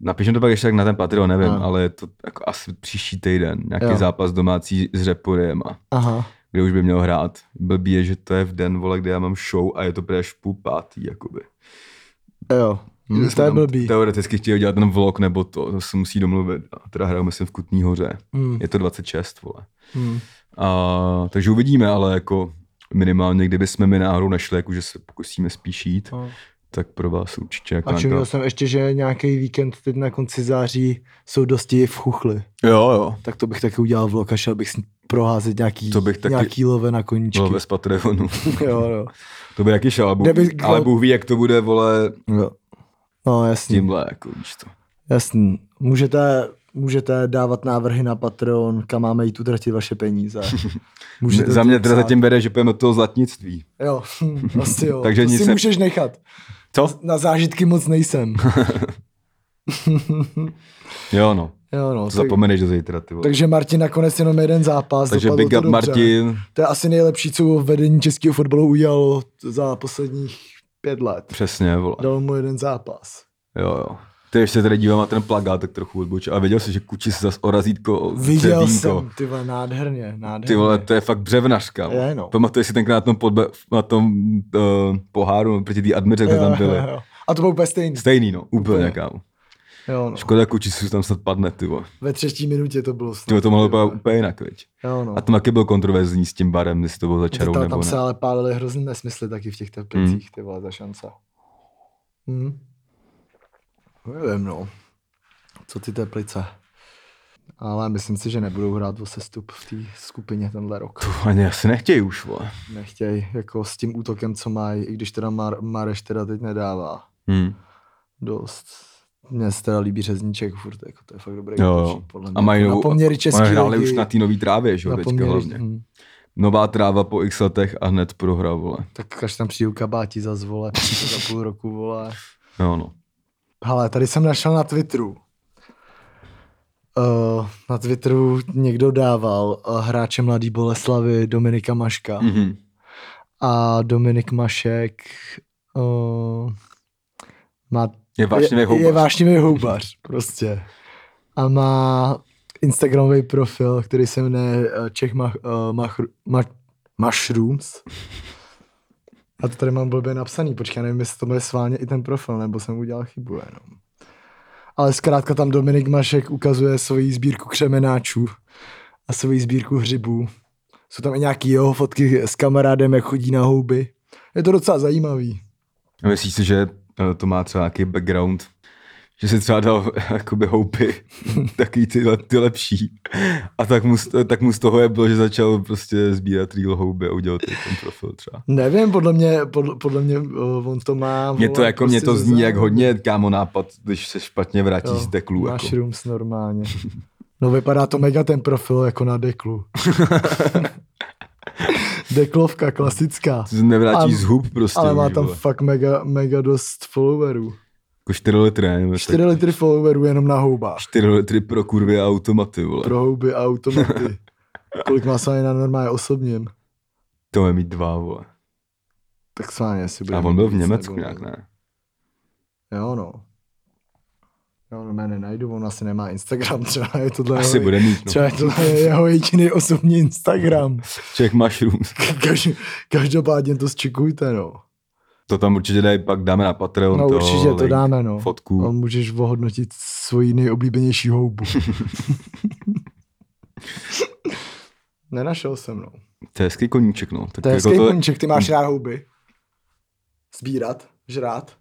A: napíšem to pak ještě tak na ten Patreon, nevím,
B: Aha.
A: ale je to jako asi příští týden, nějaký
B: No. Jo.
A: zápas domácí s Reporem a
B: Aha.
A: kde už by měl hrát. Blbý je, že to je v den, vole, kde já mám show a je to právě až půl pátý, jakoby.
B: Jo.
A: Hm,
B: to je
A: tam
B: blbý.
A: Teoreticky chtěl dělat ten vlog nebo to, to se musí domluvit. A teda hrajeme myslím v Kutní hoře.
B: Mm,
A: Je to 26, vole.
B: mm.
A: A, takže uvidíme, ale jako minimálně, kdyby jsme mi náhodou našli, jako že se pokusíme spíš jít,
B: No.
A: tak pro vás určitě jako
B: A čím
A: nějaká...
B: jsem ještě, že nějaký víkend teď na konci září jsou dosti v chuchli.
A: Jo, jo.
B: Tak to bych taky udělal vlog a šel bych s- proházet nějaký,
A: To bych taky-
B: nějaký love na koníčky.
A: Bylo bez Patreonu.
B: jo, jo.
A: to by taky šel, ale
B: Kde
A: Bůh,
B: by-
A: ale Bůh ví, jak to bude, vole,
B: jo. No jasný.
A: tímhle, jako víš to.
B: Jasný. Můžete, můžete dávat návrhy na Patreon, kam máme jít utratit vaše peníze. Můžete
A: Za mě
B: to
A: teda
B: psát.
A: zatím bere, že půjdeme do toho zlatnictví.
B: Jo, hm, asi jo.
A: Takže
B: to
A: nic
B: si
A: ne-
B: můžeš nechat.
A: Co?
B: Na zážitky moc nejsem.
A: Jo, no.
B: Jo, no,
A: To
B: tak,
A: zapomeneš do zítra, ty vole.
B: takže Martin nakonec jenom jeden zápas.
A: Takže
B: dopadlo
A: Big
B: to
A: Up
B: dobře.
A: Martin,
B: To je asi nejlepší, co vedení českého fotbalu udělalo za posledních pět let.
A: přesně, vole.
B: Dal mu jeden zápas.
A: Jo, jo. Ty ještě se tady dívám na ten plagát tak trochu odboč. A věděl jsi, že kuči se zas o razítko, o
B: Viděl
A: dřevínko.
B: jsem, ty vole, nádherně, nádherně.
A: Ty vole, to je fakt břevnařka. vole.
B: Je, no.
A: Pamatuješ si tenkrát na tom, podbe, na tom uh, poháru proti té admiře, kde tam byli.
B: Jo, jo. A to bylo úplně stejný.
A: Stejný, no, úplně,
B: Úplně.
A: úplně. kámo.
B: Jo, no.
A: Škoda kuči si tam snad padne, ty vole.
B: Ve třetí minutě to bylo
A: Ty
B: snad.
A: vole, to mohlo
B: ty vole.
A: vypadat úplně jinak, viď.
B: Jo, no.
A: A tam taky byl kontroverzní s tím barem, jestli to bylo za
B: Ty
A: čarou
B: ta-
A: nebo
B: tam
A: ne. Mm.
B: se ale pálily hrozný nesmysly taky v těch teplicích, ty vole, ta šance. Hm. Nevím, no. Co ty teplice? Ale myslím si, že nebudou hrát o sestup v té skupině tenhle rok.
A: Puh, Ani asi nechtějí už, vole.
B: Nechtěj, jako s tím útokem, co mají, i když teda Mar- Mareš teda teď nedává
A: Hmm.
B: dost. Mně se teda líbí řezníček furt, jako to je fakt dobrý
A: Jo, jo.
B: útočník, podle mě.
A: A mají
B: na
A: novou-
B: poměry český
A: Oni hráli už na té nový trávě, že jo, teďka hlavně.
B: hm.
A: Nová tráva po x letech a hned prohra, vole.
B: Tak až tam přijdu kabáti za zvole, za půl roku, vole.
A: Jo, no.
B: Hele, tady jsem našel na Twitteru. Uh, na Twitteru někdo dával uh, hráče Mladý Boleslavy Dominika Maška. Mm.
A: Mhm.
B: A Dominik Mašek uh, má,
A: Je vášnivý
B: je, je
A: houbař.
B: vášnivý houbař, prostě. A má Instagramový profil, který se jmenuje eh, Čech ma, uh, machru, ma, Mushrooms. A to tady mám blbě napsaný, počkej, já nevím, jestli to bude sváně i ten profil, nebo jsem udělal chybu jenom. Ale zkrátka tam Dominik Mašek ukazuje svoji sbírku křemenáčů a svoji sbírku hřibů. Jsou tam i nějaký jeho fotky s kamarádem, jak chodí na houby. Je to docela zajímavý.
A: A Myslíš si, že eh, to má třeba nějaký background? Že si třeba dal eh, jakoby houpy, takový ty, le- ty lepší. A tak mu, z- tak mu z toho je bylo, že začal prostě sbírat real houby a udělal tady ten profil třeba.
B: Nevím, podle mě, podle, podle mě uh, on to má...
A: Mně to,
B: vole,
A: jako, mě
B: prostě
A: to
B: ze
A: zní jak
B: závodu.
A: hodně kámo nápad, když se špatně vrátí
B: Jo,
A: z deklů. Jako.
B: Mushrooms normálně. No vypadá to mega ten profil jako na deklu. Deklovka klasická.
A: To se nevrátí
B: A-
A: z hub prostě.
B: Ale má
A: už,
B: tam
A: vole.
B: fakt mega, mega dost followerů.
A: Jako 4 litry, ne? Nebo
B: 4 litry followerů jenom na houbách.
A: 4 litry pro kurvy a automaty, vole.
B: Pro houby a automaty. Kolik má sváně na normálně osobním?
A: To je mít dva, vole.
B: Tak sváně si bude.
A: A on byl v
B: mít víc,
A: Německu
B: nebo
A: nějak, ne?
B: Jo no. Jo, no, já nenajdu, on asi nemá Instagram, třeba je tohle
A: Asi
B: jeho,
A: bude mít, no.
B: Třeba je tohle jeho jediný osobní Instagram.
A: Čech mushrooms.
B: Kaž, každopádně to zčekujte, no.
A: To tam určitě dají, pak dáme na Patreon.
B: No
A: to,
B: určitě to
A: link,
B: dáme, no.
A: Fotku.
B: A můžeš ohodnotit svoji nejoblíbenější houbu. Nenašel jsem, no.
A: To je hezký koníček, no. Tak
B: To Hmm. je
A: jako
B: hezký
A: to-
B: koníček, ty máš rád houby. Sbírat, žrát,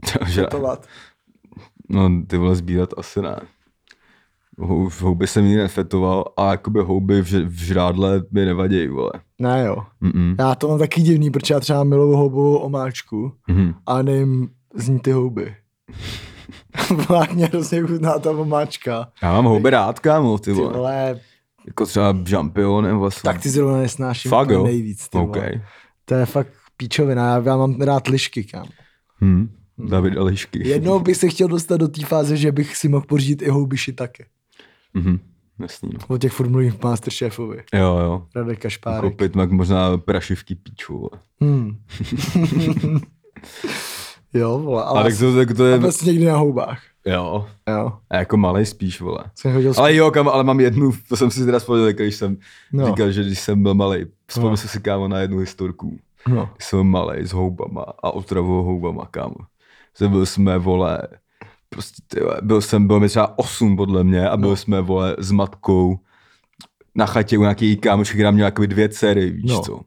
A: že-
B: petovat.
A: No, ty vole sbírat asi ne. Hou- V houby jsem nikdy nefetoval a jakoby houby v, ž- v žrádle mi nevadí, vole.
B: Ne jo.
A: Mm-mm.
B: Já to mám taky divný, protože já třeba miluju houbovou omáčku
A: Mhm.
B: a nevím zní ty houby. Vládně hrozně chutná ta omáčka.
A: Já mám houby rád, kámo, ty
B: Ty
A: vole.
B: vole,
A: Jako třeba žampion nebo vlastně.
B: tak ty zrovna nesnáším
A: Fakt,
B: úplně
A: jo?
B: nejvíc. Ty
A: OK.
B: vole. To je fakt píčovina, já, já mám rád lišky, kam.
A: Hm.
B: No.
A: David Elišky.
B: Jednou bych se chtěl dostat do té fáze, že bych si mohl pořídit i houbiši také.
A: Mhm. Jasný, no.
B: O těch furt mluvím v Masterchefovi.
A: Jo, jo.
B: Radek Kašpárek.
A: Koupit tak možná prašivky píču, vole.
B: Hmm. jo, vole, ale,
A: A tak
B: ale
A: to, tak to je...
B: prostě někdy na houbách.
A: Jo.
B: Jo.
A: A jako malej spíš, vole.
B: Jsem chodil
A: Ale jo, kam, ale mám jednu, to jsem si teda vzpomněl, když jsem no.
B: No.
A: říkal, že když jsem byl malý, vzpomněl
B: No.
A: jsem si kámo na jednu historku.
B: No.
A: Když jsem byl malý s houbama a otravou houbama, kámo. Že byl jsme, vole, prostě, ty, vole, byl jsem, byl mi třeba 8 podle mě a byl no. jsme, vole, s matkou na chatě u nějaký kámočky, která měla jakoby dvě dcery, víš no.
B: No.
A: co.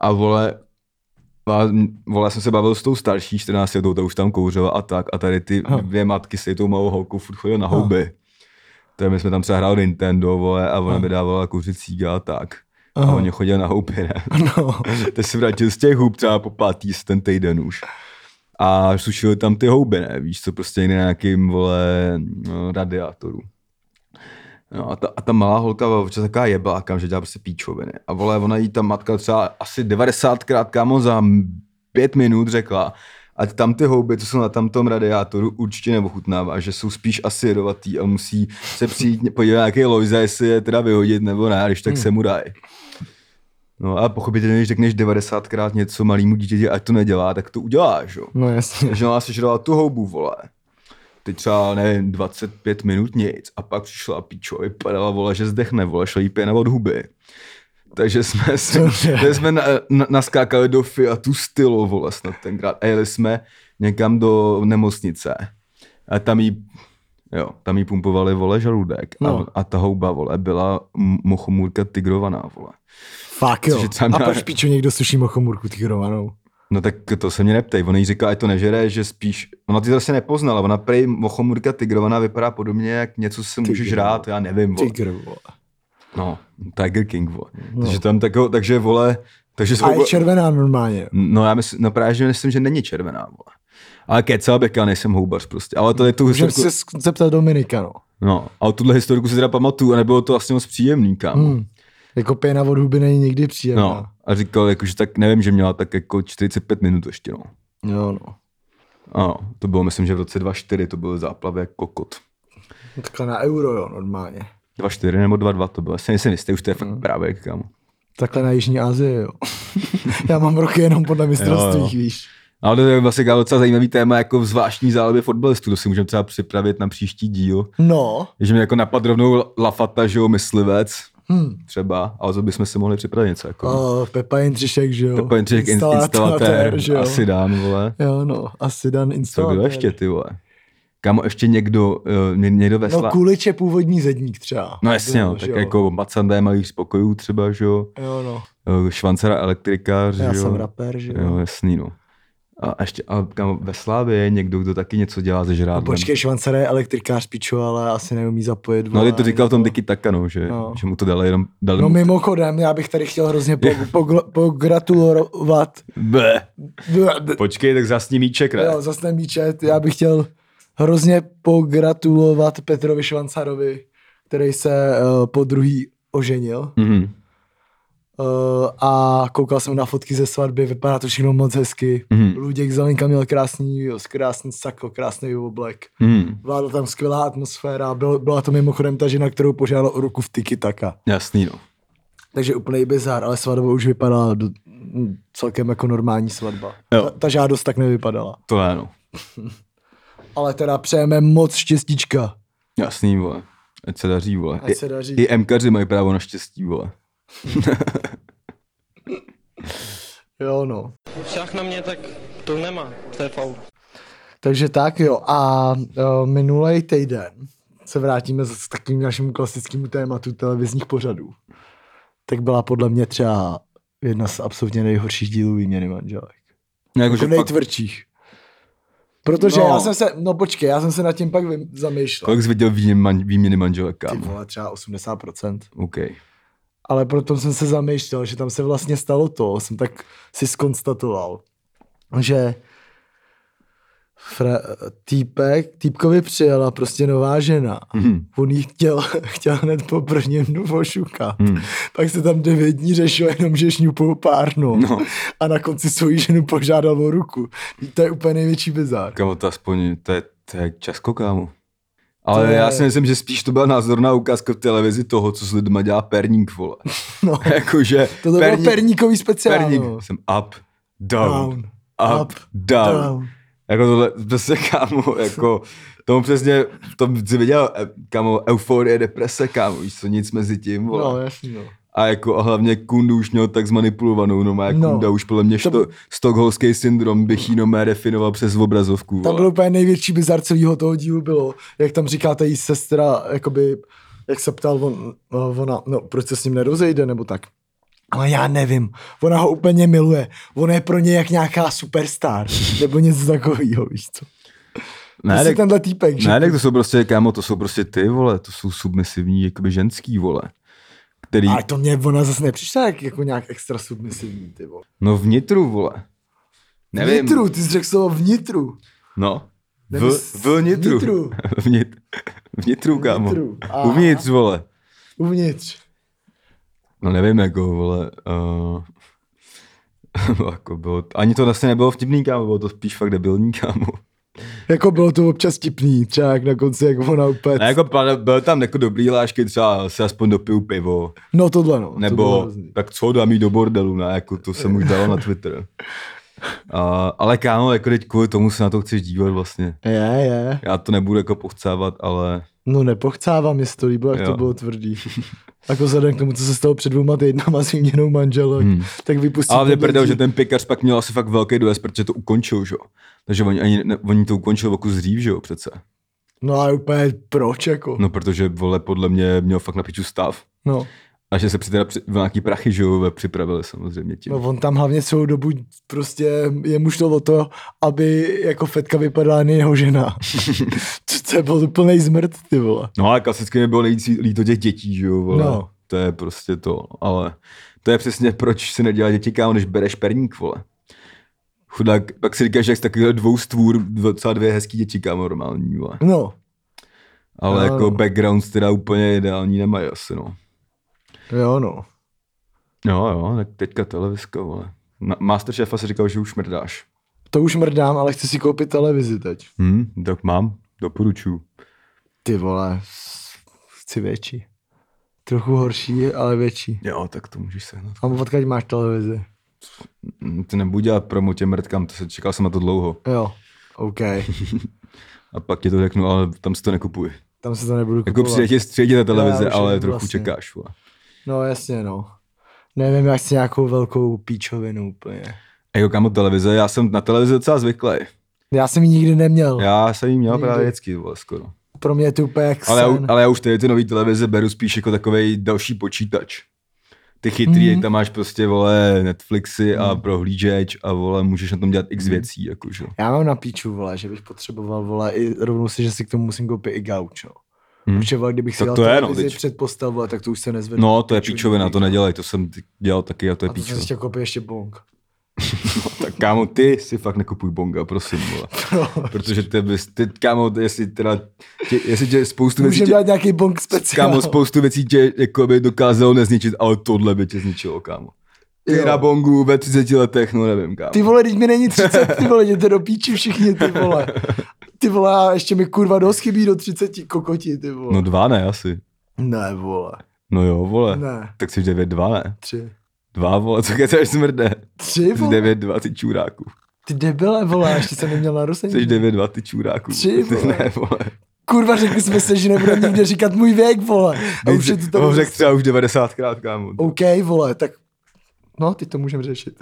A: A vole, a, vole, já jsem se bavil s tou starší 14 letou, ta už tam kouřila a tak. A tady ty
B: Aha.
A: dvě matky s tou malou holkou furt chodily na houby. To my jsme tam třeba hráli Nintendo, vole, a ona
B: Aha.
A: mi dávala kouřit cíga a tak. A
B: Aha.
A: oni chodili na houby, ne?
B: No.
A: Teď se vrátil z těch hub třeba po pátý z ten týden už. A sušili tam ty houby, ne? Víš, co prostě někde na nějakým, vole, no, radiátoru. No a ta, a ta malá holka byla občas taková jebá, kam, že dělá prostě píčoviny. A vole, ona jí ta matka třeba asi 90krát kámo za m- pět minut řekla, A tam ty houby, co jsou na tamtom radiátoru, určitě neochutnává, že jsou spíš asi jedovatý a musí se přijít podívat nějaký Lojza, jestli je teda vyhodit nebo ne, když tak se mu dají. No a pochopitelně, když řekneš 90krát něco malýmu dítěti, ať to nedělá, tak to uděláš, jo.
B: No jasně.
A: Takže ona sežrala tu houbu, vole. Teď třeba, nevím, 25 minut nic. A pak přišla pičo, vypadala, vole, že zdechne, vole, šlípěna od huby. Takže jsme, si,
B: Cože?
A: tady jsme na, na, naskákali do Fiatu stylu, vole, snad tenkrát. A jeli jsme někam do nemocnice. A tam jí, jo, tam jí pumpovali, vole, žaludek.
B: No.
A: A, a, ta houba, vole, byla m- mochomůrka tigrovaná, vole.
B: Fuck jo.
A: Cože tam
B: A
A: já-
B: proč píču někdo suší mochomurku tigrovanou?
A: No tak to se mě neptej, ona jí říká, ať to nežere, že spíš, ona ty zase nepoznala, ona prej mochomurka tigrovaná vypadá podobně, jak něco si můžeš
B: Tigr.
A: rád, já nevím, vole.
B: Tigr, vole.
A: No, Tiger King, vole. Takže tam tako, takže vole, takže
B: A je
A: jsou-
B: červená normálně.
A: No já myslím, no právě, že myslím, že není červená, vole. Ale kecal bych, já nejsem houbař prostě, ale tady tu
B: Můžeme
A: historiku,
B: se sk- zeptat Dominika, no.
A: no, ale tuhle historiku si teda pamatuju a nebylo to vlastně moc příjemný, kámo.
B: Hmm. Jako pěna od huby není nikdy příjemná.
A: No, a říkal, jako, že tak nevím, že měla tak jako 45 minut ještě, no.
B: Jo, no.
A: Ano, to bylo, myslím, že v roce 24 to bylo záplavy jak kokot.
B: Takhle na euro, jo, normálně.
A: 2-4 nebo 2-2 to bylo. Já si nejsem jistý, už to je fakt
B: Hmm.
A: mm. právě kámo.
B: Takhle na Jižní Asii, jo. Já mám roky jenom podle mistrovství,
A: Jo,
B: víš.
A: Ale to je vlastně kámo, docela zajímavý téma jako v zvláštní zálohy fotbalistů. To si můžeme třeba připravit na příští díl.
B: No,
A: Že mi jako napadl rovnou Lafata, že jo, myslivec
B: hm.
A: třeba, ale to bychom si mohli připravit něco. Jako. Oh.
B: Uh, Pepa Jindřišek, že jo.
A: Pepa Jindřišek, in- instalatér, že jo. asi dán, vole.
B: Jo, no, asi dan
A: Co
B: instalatér. No,
A: kdo ještě, ty vole? Kámo, ještě někdo, uh, někdo vesla.
B: No, Kulič je původní zedník třeba.
A: no jasně, no,
B: Byl, že
A: tak jako Macandé malých spokojů třeba, že jo.
B: Jo, no.
A: Eh, Švancera elektrikář,
B: Já
A: že jo.
B: jsem rapper, že
A: Jo,
B: jo.
A: jasný, no. A ještě, a kam ve Slávě je někdo, kdo taky něco dělá ze
B: No,
A: žrádlem.
B: počkej, Švancera je elektrikář, pičo, ale asi neumí zapojit.
A: No, ale
B: vole,
A: to říkal v tom
B: nebo-
A: Dicky Taka, no, že,
B: No.
A: no. že mu to dali jenom... Dali
B: No
A: mu...
B: mimochodem, já bych tady chtěl hrozně pog- pogl- pogratulovat.
A: Bleh. Počkej, tak zasní míček, ne?
B: Jo, zase míčet. Já bych chtěl hrozně pogratulovat Petrovi Švancarovi, který se uh, po druhý oženil.
A: Mhm.
B: Uh, a koukal jsem na fotky ze svatby, vypadá to všechno moc hezky.
A: Mhm.
B: Luděk Zelenka měl krásný, jo, krásný sako, krásný oblek.
A: Mhm.
B: Vládla tam skvělá atmosféra, byl, byla to mimochodem ta žena, kterou požádala o ruku v Tiki Taka.
A: Jasný, no.
B: Takže úplný bizar, ale svatba už vypadala do, mm, celkem jako normální svatba.
A: Jo.
B: Ta, ta žádost tak nevypadala.
A: To ne, no.
B: Ale teda přejeme moc štěstíčka.
A: Jasný, vole. Ať se daří, vole.
B: Ať se daří.
A: I, i MKři mají právo na štěstí, vole.
B: Jo, no.
C: Šach na mě, tak to nemá, to je faul.
B: Takže tak jo. A uh, minulý týden se vrátíme zase k takovým našemu klasickému tématu televizních pořadů. Tak byla podle mě třeba jedna z absolutně nejhorších dílů výměny manželek.
A: No,
B: Jako
A: jakože fakt,
B: nejtvrdších. Protože
A: No.
B: já jsem se, no počkej, já jsem se nad tím pak vym- zamýšlel.
A: kolik jsi viděl výměn, man, výměny manželek,
B: Ty
A: kámo?
B: vole, třeba 80%.
A: OK.
B: Ale proto jsem se zamýšlel, že tam se vlastně stalo to, jsem tak si skonstatoval, že fra, týpek, týpkovi přijela prostě nová žena.
A: Mhm.
B: On jí chtěl, chtěl hned po prvním dnu ošukat.
A: Hmm.
B: Pak se tam devět dní řešil jenom, že šňupou párnu.
A: No.
B: A na konci svoji ženu požádal o ruku. To je úplně největší bizár.
A: Kámo, to aspoň, to je, to je časko, kámo. Ale
B: To je-
A: já si myslím, že spíš to byla názorná ukázka v televizi toho, co s lidma dělá perník, vole.
B: No.
A: Jakože
B: To bylo
A: perník,
B: perníkový speciál.
A: perník.
B: no.
A: Jsem up, down,
B: Down,
A: up,
B: up,
A: down.
B: down.
A: Jako tohle, prostě kámo, jako tomu přesně, to jsi viděl, e, kámo, euforie, deprese, kámo, víš co, nic mezi tím, vole.
B: No,
A: No,
B: jasně. No.
A: a jako a hlavně Kundu už měl tak zmanipulovanou, no má
B: No.
A: no, Kunda už podle mě
B: To-
A: to... Sto, stokholský syndrom bych jí nomé definoval přes obrazovku,
B: Tam
A: vole.
B: byl úplně největší bizar celého toho dílu bylo, jak tam říká ta její sestra, jakoby, jak se ptal on, ona, no proč se s ním nerozejde, nebo tak. Ale já nevím, ona ho úplně miluje. Ona je pro ně jak nějaká superstar, nebo něco takového, víš co. Ne,
A: ne,
B: tak,
A: tak,
B: tenhle týpek, že?
A: ne, tak to jsou prostě, kámo, to jsou prostě ty, vole, to jsou submisivní, jakoby ženský, vole, který,
B: Ale to mě ona zase nepřišla jak, jako nějak extra submisivní, ty vole.
A: no vnitru, vole. Nevím.
B: Vnitru, ty jsi řekl slovo vnitru.
A: No. V,
B: Nemysl-
A: v nitru.
B: vnitru.
A: Vnit, vnitru, kámo.
B: Vnitru. A-
A: Uvnitř, vole.
B: Uvnitř.
A: No nevím, jako, vole. Uh, eh, No, jako bylo, to- ani to vlastně nebylo vtipný, kámo, bylo to spíš fakt debilní, kámo.
B: Jako bylo to občas tipný, třeba jak na konci, jak ona úplně...
A: Ne, jako pla- byl tam jako dobrý lášky, třeba se aspoň dopiju pivo,
B: No tohle no. to bylo
A: nebo
B: hrozný.
A: tak co dám jí do bordelu, ne, jako to jsem už dal na Twitter. A, ale kámo, jako teď kvůli tomu se na to chceš dívat vlastně.
B: Je, je.
A: Já to nebudu jako pochcávat, ale
B: No nepochcávám, mě se to líbilo, jak
A: Jo.
B: to bylo tvrdý. jako vzhledem k tomu, co se stalo před dvouma týdnama s výměnou manželek, hmm. tak vypustí...
A: Ale mě
B: tohle
A: prdel,
B: dí-
A: že ten pekař pak měl asi fakt velký dojezd, protože to ukončil, že jo. Takže oni, ani, ne, oni to ukončili o kus dřív, že jo, přece.
B: No a úplně proč jako?
A: No, protože, vole, podle mě měl fakt na piču stav.
B: no.
A: A že se při teda při, o nějaký prachy, že jo, připravili samozřejmě tím.
B: No on tam hlavně celou dobu prostě je mu šlo o to, aby jako fetka vypadala jen jeho žena. to, to byl úplnej zmrt, ty vole.
A: No ale klasicky mi bylo nejvíc líto těch dětí, že jo, vole.
B: No.
A: No. To je prostě to, ale to je přesně proč si nedělá děti, kámo, než bereš perník, vole. Chudák, pak si říkáš, jak z takových dvou stvůr docela dvě hezký děti, kámo, normální, vole.
B: No,
A: Ale
B: No,
A: no. jako
B: no.
A: background teda úplně ideální nemají asi, no.
B: jo no.
A: Jo, jo, tak teďka televizka, vole. Na, Masterchefa si říkal, že už mrdáš.
B: To už mrdám, ale chci si koupit televizi teď.
A: Hm, tak mám, doporučuju.
B: Ty vole, chci větší. Trochu horší, ale větší.
A: Jo, tak to můžeš sehnat.
B: A odkud máš televizi?
A: Hm, Ty nebudu dělat promo těm mrtkám, to se čekal jsem na to dlouho.
B: Jo, OK.
A: A pak ti to řeknu, ale tam si to nekupuji.
B: Tam se to nebudu
A: Jako
B: kupovat.
A: přijde ti středě ta televize,
B: Já už
A: ale
B: jenom
A: trochu
B: vlastně.
A: čekáš. Vole.
B: No jasně, no. Nevím, já chci nějakou velkou píčovinu úplně.
A: Jako kamo televize, já jsem na televizi docela zvyklý.
B: Já jsem ji nikdy neměl. Já.
A: Já jsem jí měl
B: Nikdy.
A: právě vždycky, vole, skoro.
B: Pro mě je to úplně jak
A: Ale, já,
B: sen.
A: u- ale já už tady ty nový televize beru spíš jako takový další počítač. Ty chytrý,
B: Mhm.
A: mm. tam máš prostě, vole, Netflixy a prohlížeč a, vole, můžeš na tom dělat
B: Mhm.
A: x věcí, jako, jakože.
B: Já mám na píču, vole, že bych potřeboval, vole, i rovnou si, že si k tomu musím koupit i gauč, no. Hmm.
A: Hmm.
B: Protože, vole, kdybych si
A: Tak
B: dal
A: to je, no,
B: televizi
A: teď.
B: před postel, vole, tak to už se nezvedne.
A: No, to je
B: Píču
A: píčovina,
B: nikdy.
A: to nedělej, to jsem ty- dělal taky a to je
B: A to jsem
A: píčovina.
B: si chtěl koupit ještě bong.
A: Tak kámo, ty si fakt nekupuj bonga, prosím, vole.
B: No.
A: Protože ty, bys, ty kámo, jestli teda, tě, jestli tě spoustu věcí
B: Můžeme
A: tě,
B: dělat nějaký bong speciál.
A: Kámo, spoustu věcí tě jako by dokázalo nezničit, ale tohle by tě zničilo, kámo. Ty
B: Jo.
A: na bongu ve 30 letech, no nevím, kámo.
B: Ty vole, teď mi není 30, ty vole, jděte do píči všichni, ty vole. Ty vole, a ještě mi kurva dost chybí do 30 kokoti, ty vole.
A: No dva ne, asi.
B: Ne, vole,
A: No jo, vole.
B: ne,
A: Tak jsi 9-2, ne?
B: tři.
A: Dva, vole, co kecáš smrde?
B: Tři,
A: Jsi
B: vole?
A: 9-2, ty čůráku.
B: Ty debile, vole, ještě jsem neměl
A: Jsi
B: narození.
A: 9-2, ty čůráku.
B: Tři,
A: Ty
B: vole.
A: ne, vole.
B: Kurva, řekli jsme se, že nebudeme nikde říkat můj věk, vole. A už je to tam prostě-
A: Ho řekl třeba už 90krát, kámo.
B: OK, vole, tak no, ty to můžeme řešit.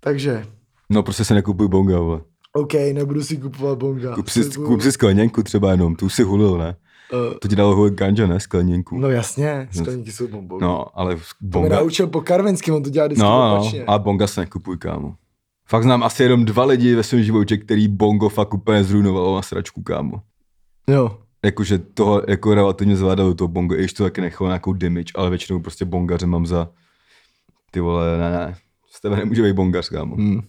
B: Takže,
A: No prostě se nekupuj bonga, vole.
B: OK, nebudu si kupovat bonga.
A: Kup si,
B: Nebudu-
A: kup si skleněnku třeba jenom, tu už si hulil, ne?
B: Eh,
A: To ti dalo hulil ganja, ne? Skleněnku.
B: no jasně, skleníky jsou bombou. No,
A: Hm. No, ale
B: to mě
A: bonga,
B: naučil po karvenském, on to dělá vždycky no,
A: No,
B: opačně.
A: no, a bonga se nekupuj, kámo. Fakt znám asi jenom dva lidi ve svém životě, který bongo fakt úplně zrujnovalo na sračku, kámo.
B: Jo,
A: Jakože toho jako relativně zvládalo to bongo, i když to taky nechalo nějakou damage, ale většinou prostě bongaře mám za... Ty vole, ne, ne, z tebe nemůže být bongař, kámo.
B: Hm.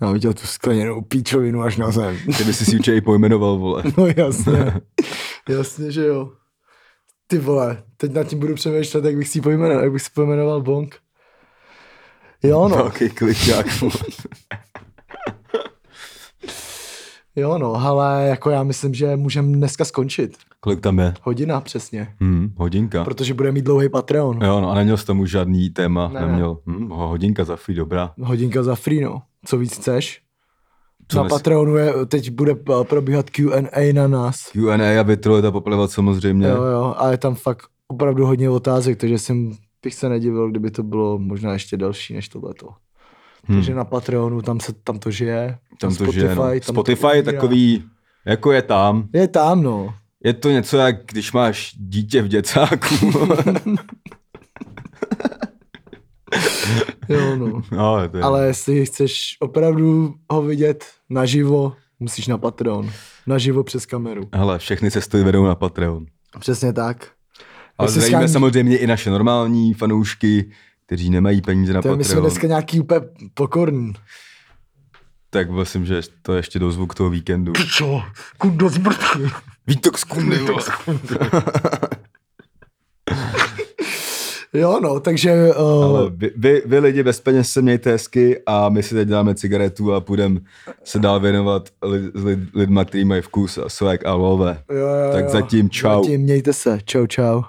B: já viděl tu skleněnou píčovinu až na zem.
A: Ty by si si určitě i pojmenoval, vole.
B: No jasně, jasně, že jo. Ty vole, teď nad tím budu přemýšlet, jak bych si ji pojmenoval, jak bych si pojmenoval bong. Jo no,
A: Velký kličák, vole.
B: jo no, ale jako já myslím, že můžeme dneska skončit.
A: Kolik tam je?
B: Hodina přesně.
A: Hmm, hodinka.
B: Protože bude mít dlouhý Patreon.
A: Jo, no a neměl jsi tam už žádný téma,
B: Ne,
A: ne,
B: ne.
A: neměl. Hm, ho- hodinka za free, dobrá.
B: Hodinka za free, no. Co víc chceš?
A: Co
B: na
A: dnes-
B: Patreonu je, teď bude p- probíhat Q&A na nás.
A: Q&A a vytrolovat a poplevat samozřejmě.
B: Jo, jo, a je tam fakt opravdu hodně otázek, takže jsem bych se nedivil, kdyby to bylo možná ještě delší než tohleto.
A: Hm.
B: Takže na Patreonu, tam, se, tam to žije.
A: Tam to
B: Spotify,
A: žije, no.
B: to
A: Spotify je
B: ubírá.
A: takový, jako je tam.
B: Je tam, no.
A: Je to něco jak, když máš dítě v děcáku.
B: Jo, no.
A: no, to je.
B: Ale jestli chceš opravdu ho vidět naživo, musíš na Patreon. Naživo přes kameru.
A: Hele, všechny cesty vedou na Patreon.
B: Přesně tak.
A: Ale
B: Jestli
A: zdravíme
B: schání-
A: samozřejmě i naše normální fanoušky, kteří nemají peníze na
B: To je, my jsme
A: Patreon.
B: dneska nějaký úplně pokorný.
A: Tak myslím, že to je ještě dozvuk toho víkendu.
B: Čo? Kundo zmrtky.
A: Vítok z kundy, vole.
B: Jo, no, takže... Uh,
A: Ale vy, vy, vy lidi bez peněz se mějte hezky a my si teď dáme cigaretu a půjdeme se dál věnovat li, lid, lidma, kteří mají vkus a swag a love.
B: jo, jo,
A: tak
B: jo.
A: zatím čau.
B: Zatím mějte se. Čau, čau.